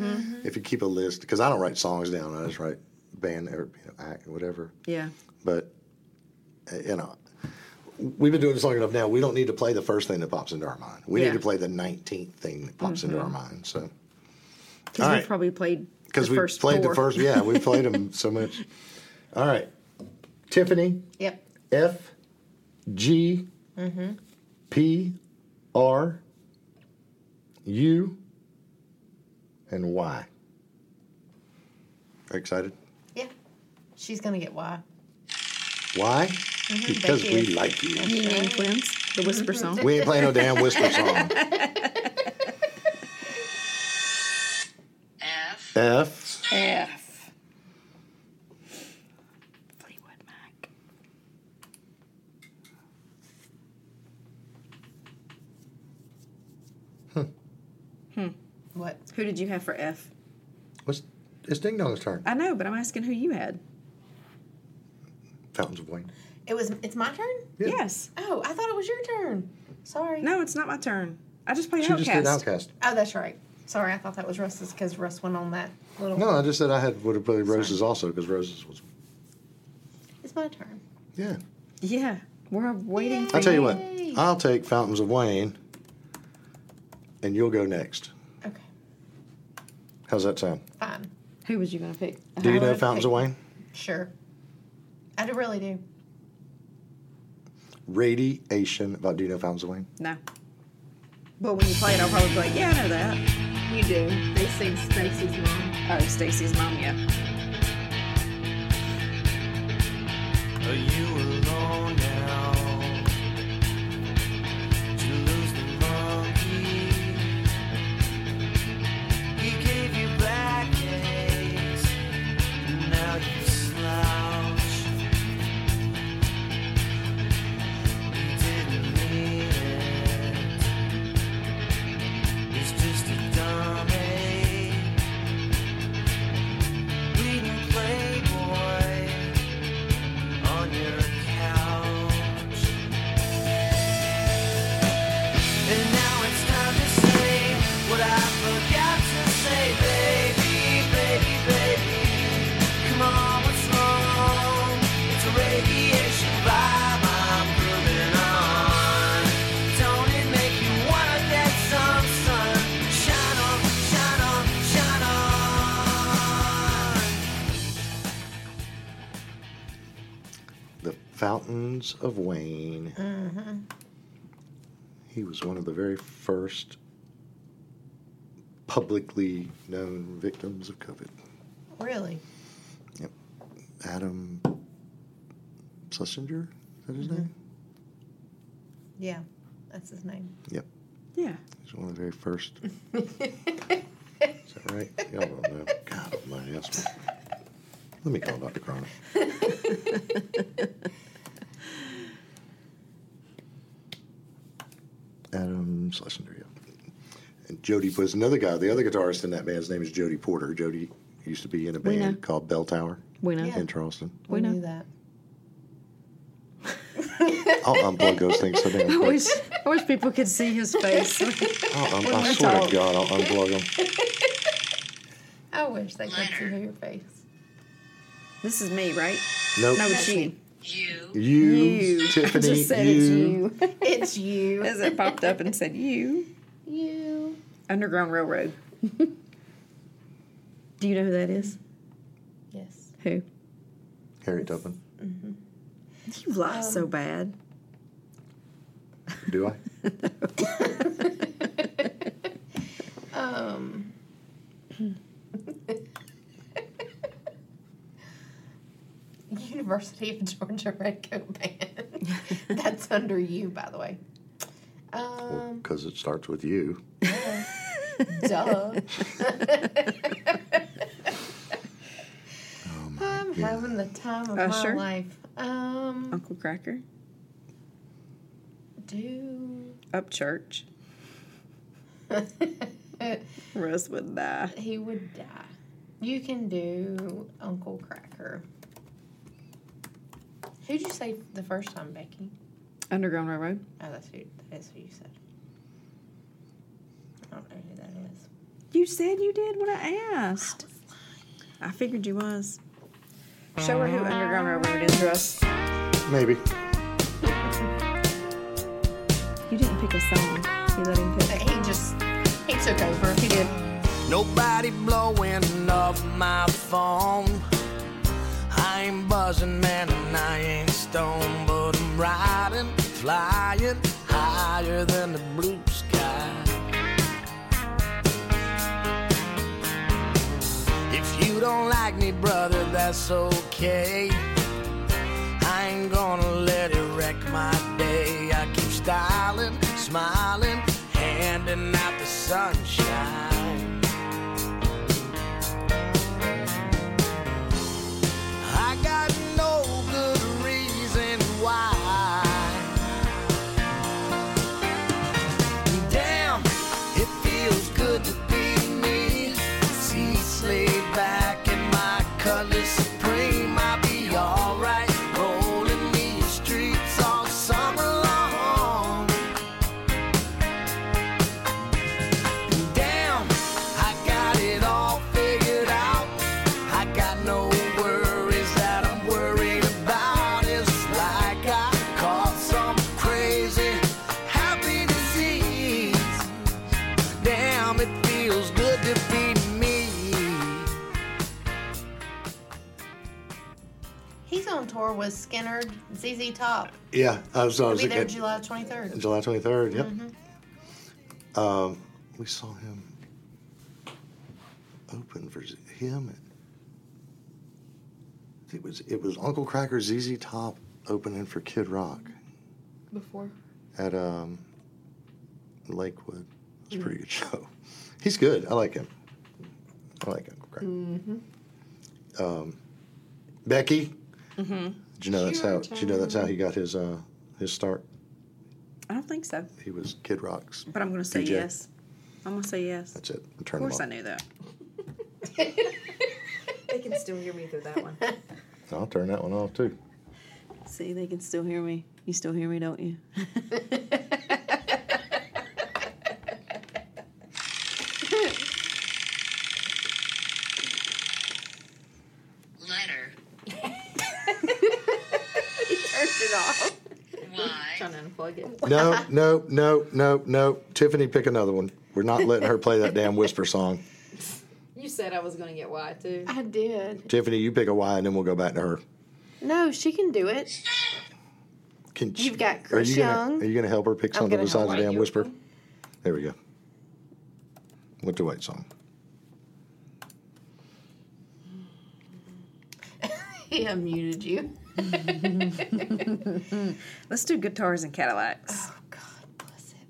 Speaker 1: if you keep a list, because I don't write songs down, I just write band or you know, act, whatever
Speaker 3: Yeah.
Speaker 1: but uh, eh, you know we've been doing this long enough now. We don't need to play the first thing that pops into our mind. We
Speaker 3: Yeah.
Speaker 1: need to play the nineteenth thing that pops into our mind. So
Speaker 3: Because
Speaker 1: All
Speaker 3: we
Speaker 1: right.
Speaker 3: probably played
Speaker 1: because
Speaker 3: the
Speaker 1: we
Speaker 3: first
Speaker 1: played
Speaker 3: four.
Speaker 1: the first, yeah, we played them so much. All right, Tiffany,
Speaker 2: Yep.
Speaker 1: F, G,
Speaker 3: Mm-hmm.
Speaker 1: P, R, U, and Y. Are you excited?
Speaker 2: Yeah. She's gonna get why.
Speaker 1: Why?
Speaker 3: Mm-hmm,
Speaker 1: because
Speaker 2: thank
Speaker 1: we
Speaker 2: you.
Speaker 1: like you.
Speaker 3: Yin Yang Twins, the whisper song.
Speaker 1: We ain't playing no damn whisper song.
Speaker 6: F,
Speaker 1: F,
Speaker 3: F. Fleetwood Mac.
Speaker 2: What?
Speaker 3: Who did you have for F?
Speaker 1: what's it's Ding Dong's turn.
Speaker 3: I know, but I'm asking who you had.
Speaker 1: Fountains of Wayne.
Speaker 2: It was it's my turn?
Speaker 1: Yeah.
Speaker 3: Yes.
Speaker 2: Oh, I thought it was your turn. Sorry.
Speaker 3: No, it's not my turn. I just played
Speaker 1: She
Speaker 3: Outcast.
Speaker 1: just did Outcast.
Speaker 2: Oh, that's right. Sorry, I thought that was Russ's because Russ went on that little
Speaker 1: No, I just said I had would have played Roses also because Roses was
Speaker 2: It's my turn.
Speaker 1: yeah.
Speaker 3: Yeah, we're waiting. for
Speaker 1: I'll tell you what. I'll take Fountains of Wayne, and you'll go next.
Speaker 2: Okay.
Speaker 1: How's that sound?
Speaker 2: Fine.
Speaker 3: Who was you gonna pick? Uh-huh.
Speaker 1: Do you
Speaker 2: I
Speaker 1: know
Speaker 2: would
Speaker 1: Fountains of
Speaker 2: pick-
Speaker 1: Wayne?
Speaker 2: Sure. I do really do.
Speaker 1: Radiation. About do you know Fountains of Wayne?
Speaker 3: No. But when you play it, I'll probably be like, yeah, I know that.
Speaker 2: You do. They sing Stacy's mom.
Speaker 3: Oh, Stacy's mom, yeah.
Speaker 11: Are you alone now? Did you lose the monkey? He gave you backaches, and now you slouch. You didn't mean it. It's just a dummy. Reading Playboy on your couch. And now it's time to say what I forgot to say, baby, baby, baby. Come on, what's wrong? It's a radiation vibe I'm grooving on. Don't it make you wanna get some sun? Shine on, shine on, shine on.
Speaker 1: The Fountains of Wayne. He was one of the very first publicly known victims of COVID.
Speaker 2: Really?
Speaker 1: Adam Schlesinger, is that his name?
Speaker 2: Yeah. That's his name.
Speaker 1: Yep.
Speaker 3: Yeah.
Speaker 1: He's one of the very first. Is that right? Y'all don't know. God, my ass. Let me call Dr. Cronin. Adam Schlesinger, yeah. And Jody was another guy. The other guitarist in that band's name is Jody Porter. Jody used to be in a
Speaker 3: We
Speaker 1: band
Speaker 3: know. Oh.
Speaker 1: called Bell Tower
Speaker 3: We know.
Speaker 2: Yeah.
Speaker 1: in Charleston.
Speaker 2: We,
Speaker 3: We know.
Speaker 2: knew that.
Speaker 1: I'll unplug those things so damn
Speaker 3: I
Speaker 1: quick.
Speaker 3: wish, I wish people could see his face.
Speaker 1: I'll un-
Speaker 3: when
Speaker 1: I
Speaker 3: we
Speaker 1: swear
Speaker 3: talk.
Speaker 1: to God, I'll unplug them.
Speaker 2: I wish they could see your face.
Speaker 3: this is me, right?
Speaker 1: Nope.
Speaker 3: No, it's you.
Speaker 6: U,
Speaker 1: You,
Speaker 3: You. I
Speaker 1: Tiffany,
Speaker 3: just said
Speaker 1: you.
Speaker 3: it's you.
Speaker 2: It's you.
Speaker 3: As it popped up and said you.
Speaker 2: you.
Speaker 3: Underground Railroad. Do you know who that is?
Speaker 2: Yes.
Speaker 3: Who?
Speaker 1: Harriet Tubman.
Speaker 3: You lie so bad.
Speaker 1: Do I?
Speaker 2: Um. University of Georgia Redcoat Band. That's under you, by the way. Um,
Speaker 1: Because it starts with you.
Speaker 2: duh. I'm having the time of my
Speaker 3: Usher?
Speaker 2: life. Um,
Speaker 3: Uncle Cracker.
Speaker 2: do
Speaker 3: Upchurch. Rose would die.
Speaker 2: he would die? You can do Uncle Cracker. Who'd you say the first time, Becky?
Speaker 3: Underground Railroad.
Speaker 2: Oh, that's who. That is who you said. I don't know who that is.
Speaker 3: You said you did what I asked. I figured you was. Show her who Underground Railroad is, Russ.
Speaker 1: Maybe.
Speaker 3: You didn't pick a song. You let him pick.
Speaker 2: He just he took over. He did.
Speaker 11: Nobody blowing up my phone. I ain't buzzing, man, and I ain't stoned, but I'm riding, flying higher than the blue sky. If you don't like me, brother, that's okay. I ain't gonna let it wreck my day. I keep styling, smiling, handing out the sunshine. I got no good reason why. Damn, it feels good to be me. Seats laid back in my colors supreme. I'll be alright. Rolling these streets all summer long. Damn, I got it all figured out. I got no worries that I'm worried about. It's like I caught some crazy happy disease. Damn, it feels good to be me.
Speaker 2: He's on tour with Skinner, ZZ Top.
Speaker 1: Yeah, I was. I was
Speaker 2: Be there
Speaker 1: at-
Speaker 2: July 23rd.
Speaker 1: July 23rd, yep. Um, we saw him open for Z- him. It was it was Uncle Cracker ZZ Top opening for Kid Rock
Speaker 2: Before.
Speaker 1: at um, Lakewood. It's a pretty good show. He's good. I like him. I like Uncle Cracker. Um, Becky. Did you know that's how? Did you know that's how he got his uh, his start?
Speaker 3: I don't think so,
Speaker 1: He was Kid Rock's
Speaker 3: but I'm gonna say
Speaker 1: DJ.
Speaker 3: yes. I'm gonna say yes.
Speaker 1: That's it. I'm
Speaker 3: Of
Speaker 1: turning
Speaker 3: course, I
Speaker 1: them
Speaker 3: knew that.
Speaker 21: They can still hear me through that one.
Speaker 1: off. I'll turn that one off too.
Speaker 3: See, they can still hear me. You still hear me, don't you?
Speaker 6: Letter
Speaker 21: Turned it off.
Speaker 6: Y.
Speaker 21: Trying to unplug it.
Speaker 1: No, no, no, no, no. Tiffany, pick another one. We're not letting her play that damn whisper song.
Speaker 21: You said I was going to get Y too.
Speaker 2: I did.
Speaker 1: Tiffany, you pick a Y, and then we'll go back to her.
Speaker 2: No, she can do it.
Speaker 1: Can she-
Speaker 2: You've got
Speaker 1: are
Speaker 2: Chris
Speaker 1: you gonna,
Speaker 2: Young.
Speaker 1: Are you going to help her pick
Speaker 2: I'm
Speaker 1: something
Speaker 2: gonna
Speaker 1: besides
Speaker 2: help
Speaker 1: the damn
Speaker 2: you.
Speaker 1: whisper? There we go. What's the white song?
Speaker 2: He unmuted you.
Speaker 3: Let's do guitars and Cadillacs.
Speaker 2: God bless it.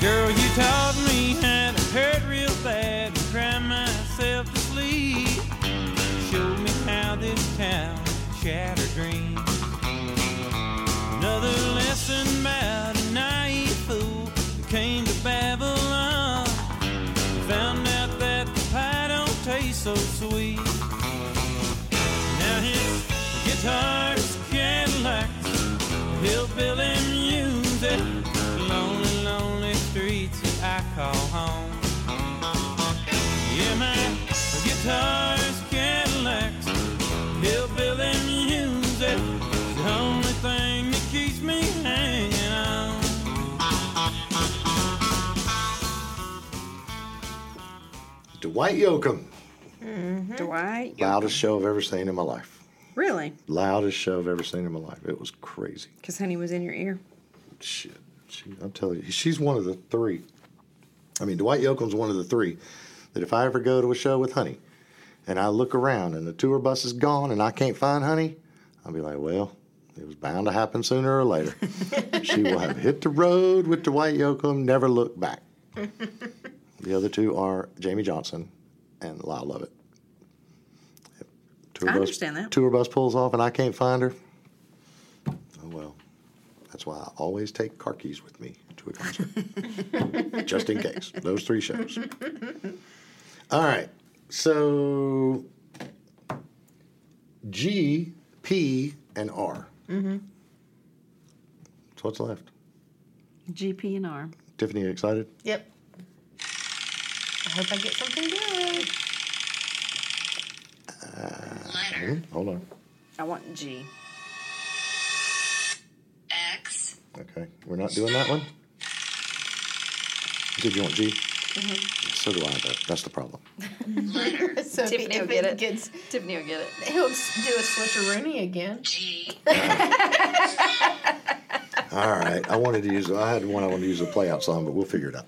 Speaker 11: Girl, you taught me how to hurt real bad and cry myself to sleep. Showed me how this town shattered dreams. Another lesson about a naive fool that came to Babylon. Found out that the pie don't taste so sweet. Now his guitars, Cadillacs, hillbilly music, lonely, lonely streets that I call home. Yeah, my guitars, Cadillacs, hillbilly music, the only thing that keeps me hanging on.
Speaker 1: Dwight Yoakam.
Speaker 3: Uh-huh. Dwight.
Speaker 1: Loudest show I've ever seen in my life.
Speaker 3: Really?
Speaker 1: Loudest show I've ever seen in my life. It was crazy.
Speaker 3: Because honey was in your ear.
Speaker 1: Shit. She, I'm telling you, she's one of the three. I mean, Dwight Yoakam's one of the three that if I ever go to a show with Honey and I look around and the tour bus is gone and I can't find Honey, I'll be like, well, it was bound to happen sooner or later. she will have hit the road with Dwight Yoakam, never look back. the other two are Jamie Johnson and Lyle Lovett. If Tour
Speaker 3: I understand that.
Speaker 1: Tour bus pulls off and I can't find her. Oh, well. That's why I always take car keys with me to a concert, just in case. Those three shows. All right. So G, P, and R. Mm-hmm. So what's left?
Speaker 3: GP and R.
Speaker 1: Tiffany, you excited?
Speaker 2: Yep. I hope I get something good.
Speaker 6: Letter
Speaker 1: Hold on.
Speaker 3: I want G.
Speaker 6: X.
Speaker 1: Okay, we're not doing that one. Did you want G?
Speaker 3: Mm-hmm.
Speaker 1: So do I. Though that's the problem.
Speaker 6: Letter
Speaker 2: So if,
Speaker 3: Tiffany
Speaker 2: if
Speaker 3: will get
Speaker 2: he
Speaker 3: it.
Speaker 2: gets,
Speaker 3: Tiffany will get it.
Speaker 2: he'll s- do a switcheroonie again.
Speaker 6: G.
Speaker 1: All right, I wanted to use. I had one I wanted to use a play out song, but we'll figure it out.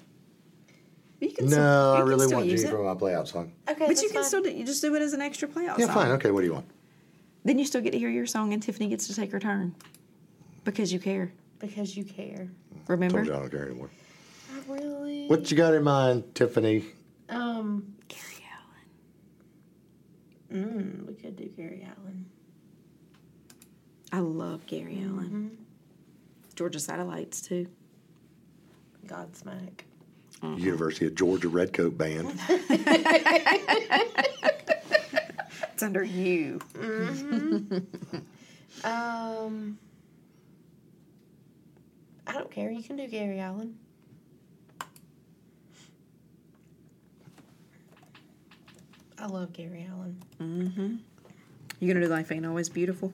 Speaker 3: You can still-
Speaker 1: No,
Speaker 3: you
Speaker 1: I
Speaker 3: can
Speaker 1: really
Speaker 3: still
Speaker 1: want G
Speaker 3: use it.
Speaker 1: for my play out song.
Speaker 2: Okay,
Speaker 3: But
Speaker 2: that's
Speaker 3: you can
Speaker 2: fine.
Speaker 3: still do, you just do it as an extra playoff
Speaker 1: Yeah,
Speaker 3: song.
Speaker 1: fine. Okay, what do you want?
Speaker 3: Then you still get to hear your song, and Tiffany gets to take her turn because you care.
Speaker 2: because you care.
Speaker 3: Remember?
Speaker 1: Told you I don't care anymore.
Speaker 2: I really.
Speaker 1: What you got in mind, Tiffany?
Speaker 2: Um,
Speaker 3: Gary Allen.
Speaker 2: mm, we could do Gary Allen.
Speaker 3: I love Gary Allen. Georgia Satellites too.
Speaker 2: Godsmack.
Speaker 1: University of Georgia Redcoat Band.
Speaker 3: It's under you.
Speaker 2: Um, I don't care. You can do Gary Allen. I love Gary Allen.
Speaker 3: You gonna do Life Ain't Always Beautiful?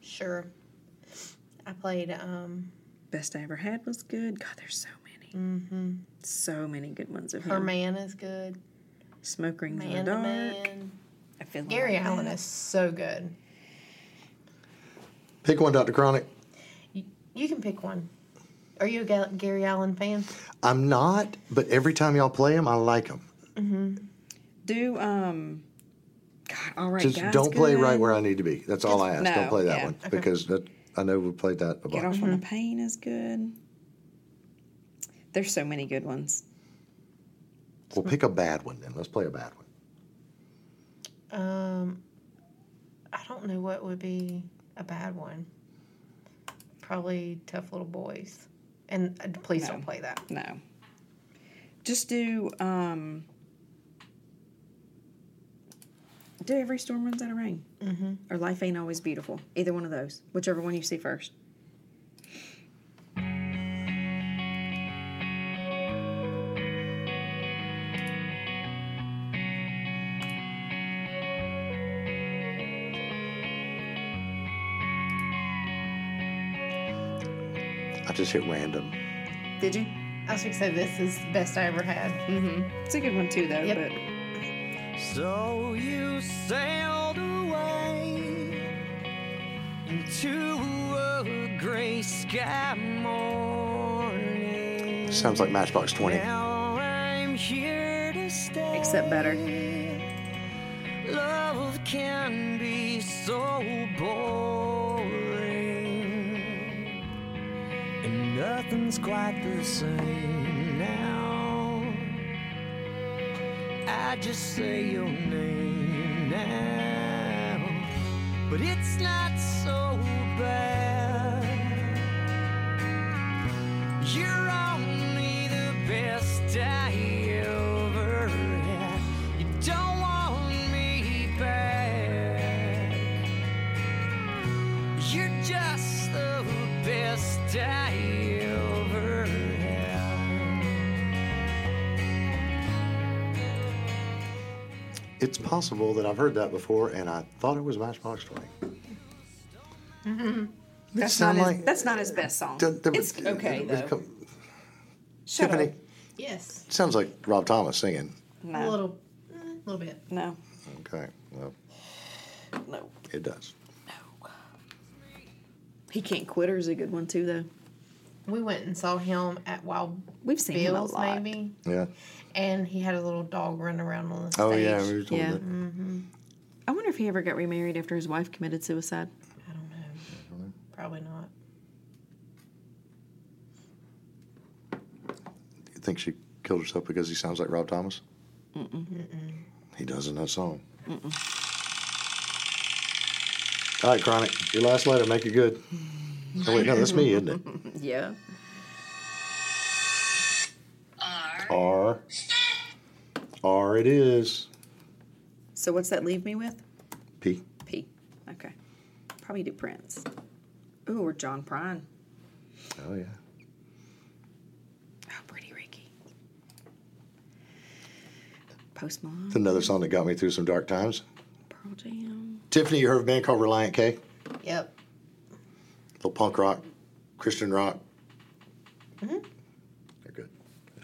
Speaker 2: Sure. I played um,
Speaker 3: Best I Ever Had was good. God, there's so many. Mm-hmm. So many good ones of
Speaker 2: Her
Speaker 3: him.
Speaker 2: Man is good.
Speaker 3: Smoke Rings in the
Speaker 2: Man to
Speaker 3: Dark.
Speaker 2: Man.
Speaker 3: I feel
Speaker 2: Gary
Speaker 3: like
Speaker 2: Allen is so good.
Speaker 1: Pick one, Dr. Chronic.
Speaker 2: You can pick one. Are you a Ga- Gary Allen fan?
Speaker 1: I'm not, but every time y'all play them, I like them.
Speaker 3: Do um. God, all right,
Speaker 1: Just
Speaker 3: guys.
Speaker 1: don't play
Speaker 3: good.
Speaker 1: right where I need to be. That's all I ask. don't
Speaker 3: no,
Speaker 1: play that
Speaker 3: yeah.
Speaker 1: one because that I know we played that a
Speaker 3: Get off
Speaker 1: bunch.
Speaker 2: Mm-hmm.
Speaker 3: when the pain is good. There's so many good ones.
Speaker 1: Well, pick a bad one then. Let's play a bad one.
Speaker 2: Um, I don't know what would be a bad one. Probably Tough Little Boys. And uh, please don't play that.
Speaker 3: No. Just do um do every storm runs out of rain. Mm-hmm. Or life ain't always beautiful. Either one of those. Whichever one you see first.
Speaker 1: I just hit random.
Speaker 3: Did you?
Speaker 2: I was going to say, this is the best I ever had.
Speaker 3: It's a good one too though,
Speaker 2: Yep.
Speaker 3: but
Speaker 11: So you sailed away into a gray sky morning.
Speaker 1: Sounds like Matchbox 20.
Speaker 11: Now I'm here to stay.
Speaker 3: Except better.
Speaker 11: Love can be so boring, and nothing's quite the same now. I just say your name now, but it's not so bad. You're only the best I ever had. You don't want me back. You're just the best I ever had.
Speaker 1: It's possible that I've heard that before and I thought it was Matchbox 20.
Speaker 3: Mm-hmm. that's not
Speaker 1: sound
Speaker 3: his,
Speaker 1: like-
Speaker 3: that's not his best song.
Speaker 1: Dun- dun-
Speaker 3: it's
Speaker 1: dun-
Speaker 3: okay
Speaker 1: dun-
Speaker 3: though.
Speaker 1: come-
Speaker 3: Shut
Speaker 1: Tiffany,
Speaker 3: up.
Speaker 2: Yes.
Speaker 1: sounds like Rob Thomas singing.
Speaker 2: A
Speaker 3: No.
Speaker 2: little, a little bit.
Speaker 3: No.
Speaker 1: Okay, well,
Speaker 3: No.
Speaker 1: it does.
Speaker 3: He Can't Quitter is a good one too though.
Speaker 2: We went and saw him at Wild
Speaker 3: We've seen him a
Speaker 2: Bill's,
Speaker 3: lot.
Speaker 2: maybe.
Speaker 1: Yeah.
Speaker 2: And he had a little dog running around on the stage.
Speaker 1: Oh, yeah. We were told
Speaker 3: Yeah.
Speaker 1: that.
Speaker 3: I wonder if he ever got remarried after his wife committed suicide.
Speaker 2: I don't know. Probably not.
Speaker 1: You think she killed herself because he sounds like Rob Thomas? He does in that song. All right, Chronic, your last letter, make it good. Oh, wait, no, that's me, isn't it?
Speaker 3: Yeah.
Speaker 6: R.
Speaker 1: R. R it is.
Speaker 3: So what's that leave me with?
Speaker 1: P.
Speaker 3: P. Okay. Probably do Prince. Ooh, or John Prine.
Speaker 1: Oh, yeah.
Speaker 3: Oh, Pretty Ricky. Post Malone.
Speaker 1: Another song that got me through some dark times.
Speaker 3: Pearl Jam.
Speaker 1: Tiffany, you heard of a band called Reliant K?
Speaker 2: Yep.
Speaker 1: Little punk rock, Christian rock. They're good.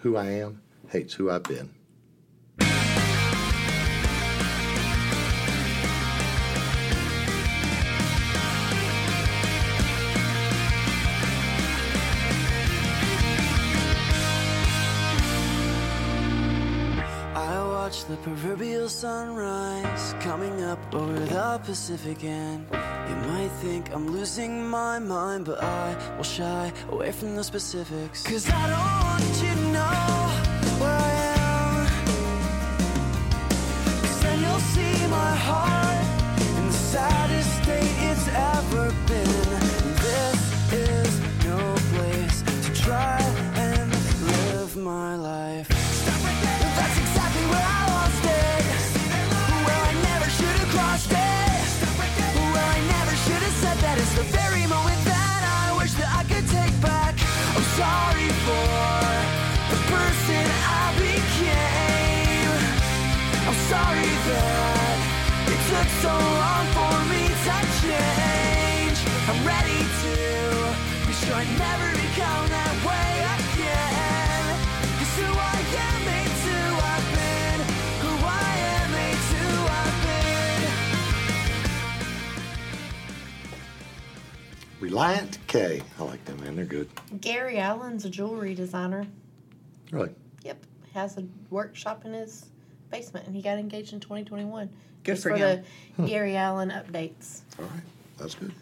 Speaker 1: Who I am hates who I've been.
Speaker 11: I watch the proverbial sunrise coming up over the Pacific, and you might think I'm losing my mind, but I will shy away from the specifics. Cause I don't want you to know where I am. Cause then you'll see my heart in the saddest state it's ever been. This is no place to try and live my life. That's exactly where I lost it. Where I never should have crossed it. Where I never should have said that. It's the very moment that I wish that I could take back. I'm sorry for the person I became. I'm sorry that it took so long for me to change. I'm ready to be sure I never become that way again. Cause who I am ain't who I've been. Who I am ain't who I've been.
Speaker 1: Reliant K. I like them, man. They're good.
Speaker 2: Gary Allen's a jewelry designer.
Speaker 1: Really.
Speaker 2: Yep, has a workshop in his basement, and he got engaged in 2021.
Speaker 3: Good
Speaker 2: Just
Speaker 3: for him.
Speaker 2: the Gary Allen updates.
Speaker 1: All right. Mm-hmm. That's good.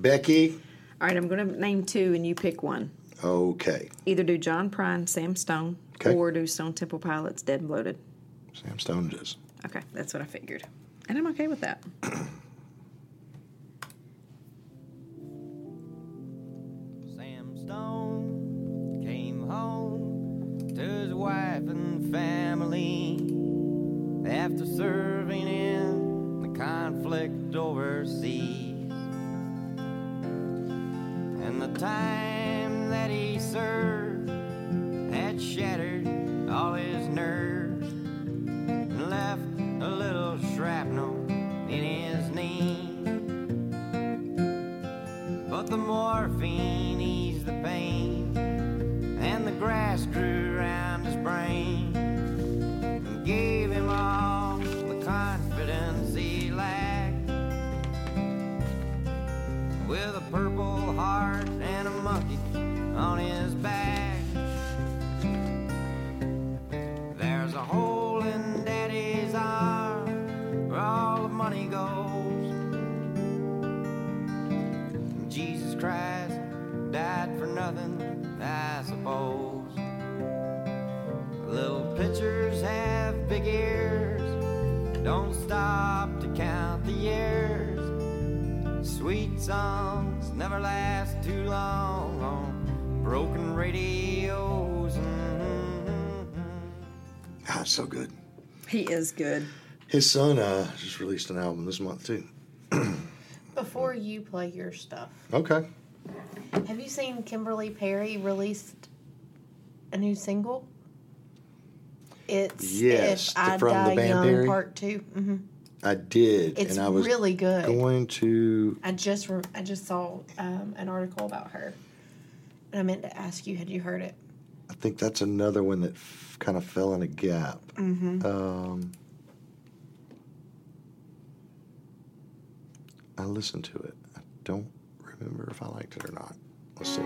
Speaker 1: Becky.
Speaker 3: All right, I'm going to name two and you pick one.
Speaker 1: Okay.
Speaker 3: Either do John Prine, Sam Stone,
Speaker 1: Okay.
Speaker 3: or do Stone Temple Pilots, Dead and Bloated.
Speaker 1: Sam Stone does.
Speaker 3: Okay, that's what I figured. And I'm okay with that.
Speaker 22: Sam Stone came home to his wife and family after serving in the conflict overseas. And the time that he served had shattered all his nerves and left a little shrapnel in his knee. But the morphine eased the pain, and the grass grew around his brain, and gave him all the confidence he lacked. With a purple heart and a monkey on his back, there's a hole in daddy's arm where all the money goes. Jesus Christ died for nothing, I suppose. Little pitchers have big ears, don't stop to count the years. Sweet songs never last too long on broken radios. mm
Speaker 1: Ah, it's so good.
Speaker 3: He is good.
Speaker 1: His son uh, just released an album this month too.
Speaker 2: Before you play your stuff,
Speaker 1: Okay.
Speaker 2: have you seen Kimberly Perry released a new single? It's
Speaker 1: Yes,
Speaker 2: if I
Speaker 1: from the
Speaker 2: die
Speaker 1: band
Speaker 2: young
Speaker 1: Perry?
Speaker 2: part 2 Mm-hmm.
Speaker 1: I did,
Speaker 2: It's
Speaker 1: and I was
Speaker 2: really good.
Speaker 1: going to.
Speaker 2: I just re- I just saw um, an article about her, and I meant to ask you had you heard it.
Speaker 1: I think that's another one that f- kind of fell in a gap.
Speaker 2: Mm-hmm.
Speaker 1: Um, I listened to it. I don't remember if I liked it or not. Let's see.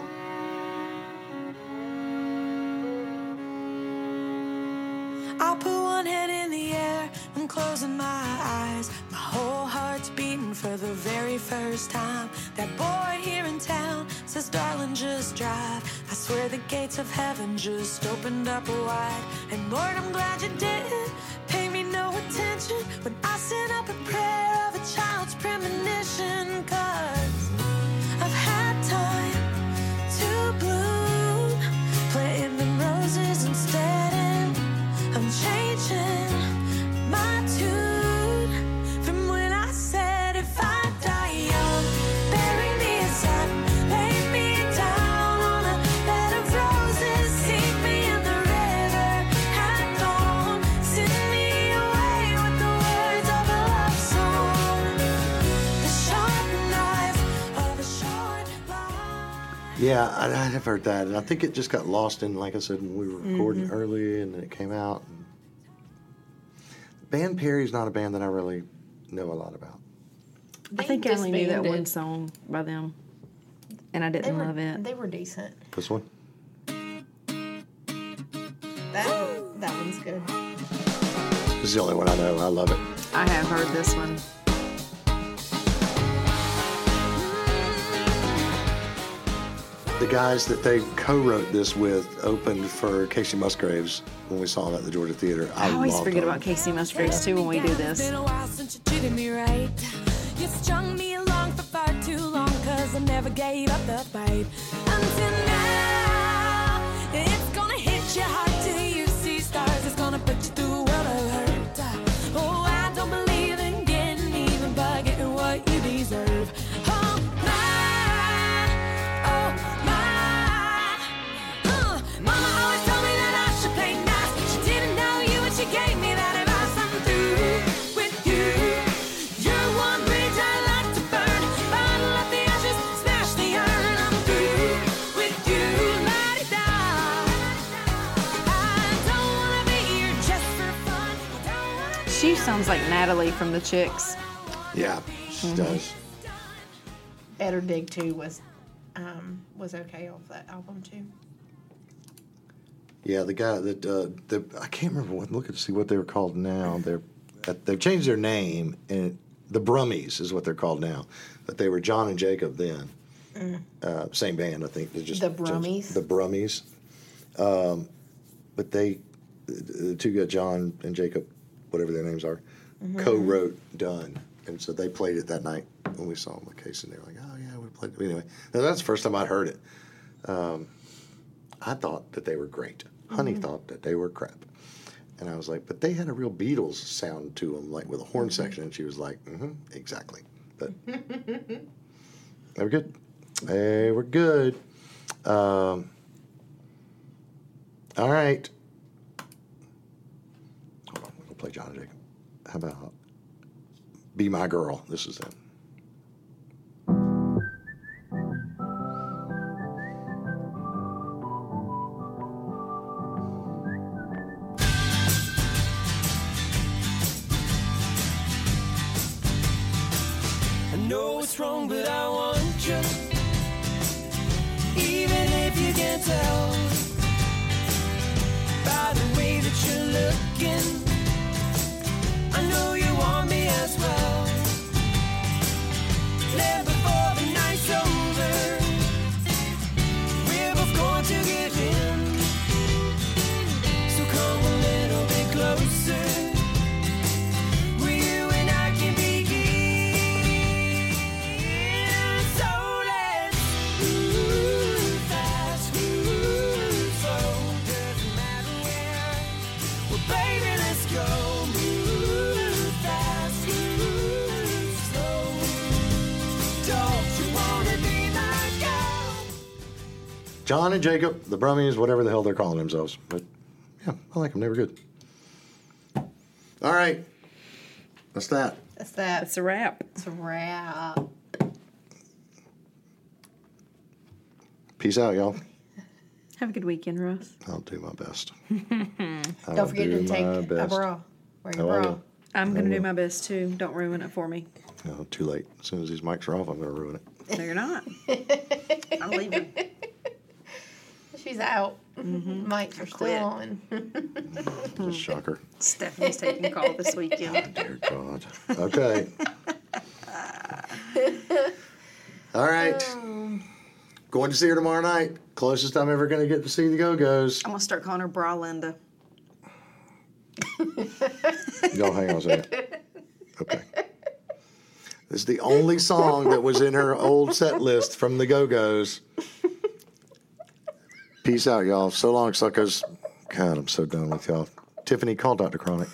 Speaker 11: I put one hand in the air, I'm closing my eyes. My whole heart's beating for the very first time. That boy here in town says, Darling, just drive. I swear the gates of heaven just opened up wide. And Lord, I'm glad you didn't pay me no attention when I sent up a prayer of a child's premonition. Cause I've had time to bloom, planting them roses instead. And I'm changing my tune from when I said if I die young, bury me in sun, lay me down on a bed of roses, sink me in the river at dawn, send me away with the world.
Speaker 1: Yeah, I, I have heard that, and I think it just got lost in, like I said, when we were recording
Speaker 3: Mm-hmm.
Speaker 2: Mhm.
Speaker 1: early, and then it came out. And band Perry's not a band that I really know a lot about.
Speaker 3: I think I only knew that one song by them, and I
Speaker 2: They
Speaker 3: didn't
Speaker 2: were,
Speaker 3: love it.
Speaker 2: They were decent.
Speaker 1: This one,
Speaker 2: That that one's good.
Speaker 1: this is the only one I know. I love it.
Speaker 3: I have heard this one.
Speaker 5: Mm.
Speaker 1: The guys that they co-wrote this with opened for Casey Musgraves when we saw him at the Georgia Theater. I,
Speaker 3: I, always
Speaker 1: loved
Speaker 3: forget
Speaker 1: him.
Speaker 3: about Casey Musgraves too when we do
Speaker 23: It's
Speaker 3: this.
Speaker 23: been a while since you treated me right. You strung me along for far too long, cause I never gave up the fight. Until now, it's gonna hit you hard till you see stars. It's gonna put you through a world of hurt. Oh, I don't believe in getting even, but getting what you deserve. Oh, my, oh, my. Uh, Mama always told me that I should play nice. She didn't know you, and she gave me that advice. I'm through with you. You're one bridge I like to burn. Bottle up the ashes, smash the urn. I'm through with you. La-di-da. I don't wanna be here just for fun. Don't wanna
Speaker 3: She sounds like Natalie from The Chicks.
Speaker 1: Yeah, she
Speaker 3: Mhm.
Speaker 1: does.
Speaker 2: Better Dig Two was um, was okay off that album too.
Speaker 1: Yeah, the guy that uh, the I can't remember what. Look and see what they were called now. They're at, they've changed their name, and the Brummies is what they're called now. But they were John and Jacob then.
Speaker 2: Mm.
Speaker 1: Uh, same band, I think. They just
Speaker 2: The
Speaker 1: changed-
Speaker 2: Brummies?
Speaker 1: The Brummies. Um, but they, the two guys, John and Jacob, whatever their names are,
Speaker 2: Mhm.
Speaker 1: co-wrote "Done," and so they played it that night when we saw them with Casey. And they were like, "Oh yeah, we played." it." Anyway, now, that's the first time I'd heard it. Um, I thought that they were great. Honey thought that they were crap. And I was like, but they had a real Beatles sound to them, like with a horn section. And she was like, mm-hmm, exactly. But they were good. They were good. Um, all right. Hold on, we're going to play John and Jacob. How about Be My Girl? This is them.
Speaker 11: I know it's wrong, but I want you. Even if you can't tell by the way that you're looking, I know you want me as well. Then before the night's over, we're both going to give in. So come a little bit closer. Where you and I can begin. So let's move fast, move slow. Doesn't matter where. Well, baby, let's go. Move fast, move slow. Don't you wanna be my girl?
Speaker 1: John and Jacob, the Brummies, whatever the hell they're calling themselves. But yeah, I like them. They were good. All right. That's that.
Speaker 2: That's that. It's
Speaker 3: a wrap.
Speaker 2: It's a wrap.
Speaker 1: Peace out, y'all.
Speaker 3: Have a good weekend, Russ.
Speaker 1: I'll do my best. I will
Speaker 3: Don't
Speaker 1: do my best.
Speaker 3: Wear
Speaker 1: your Oh, I bra. will.
Speaker 3: I'm
Speaker 1: I
Speaker 3: going to do
Speaker 1: will.
Speaker 3: my best too. Don't ruin it for me.
Speaker 1: No, Oh, too late. As soon as these mics are off, I'm going to ruin it.
Speaker 3: No, you're not. I'm leaving.
Speaker 2: She's out. Mike's are still
Speaker 3: Quit.
Speaker 2: on.
Speaker 1: It's a shocker.
Speaker 3: Stephanie's taking call this weekend.
Speaker 1: Oh, Dear God. Okay. All right. Going to see her tomorrow night. Closest I'm ever going to get to see the Go Go's.
Speaker 3: I'm going to start calling her Bra Linda.
Speaker 1: Y'all hang on a second. Okay. This is the only song that was in her old set list from the Go Go's. Peace out, y'all. So long, suckers. God, I'm so done with y'all. Tiffany, call Dr. Chronic.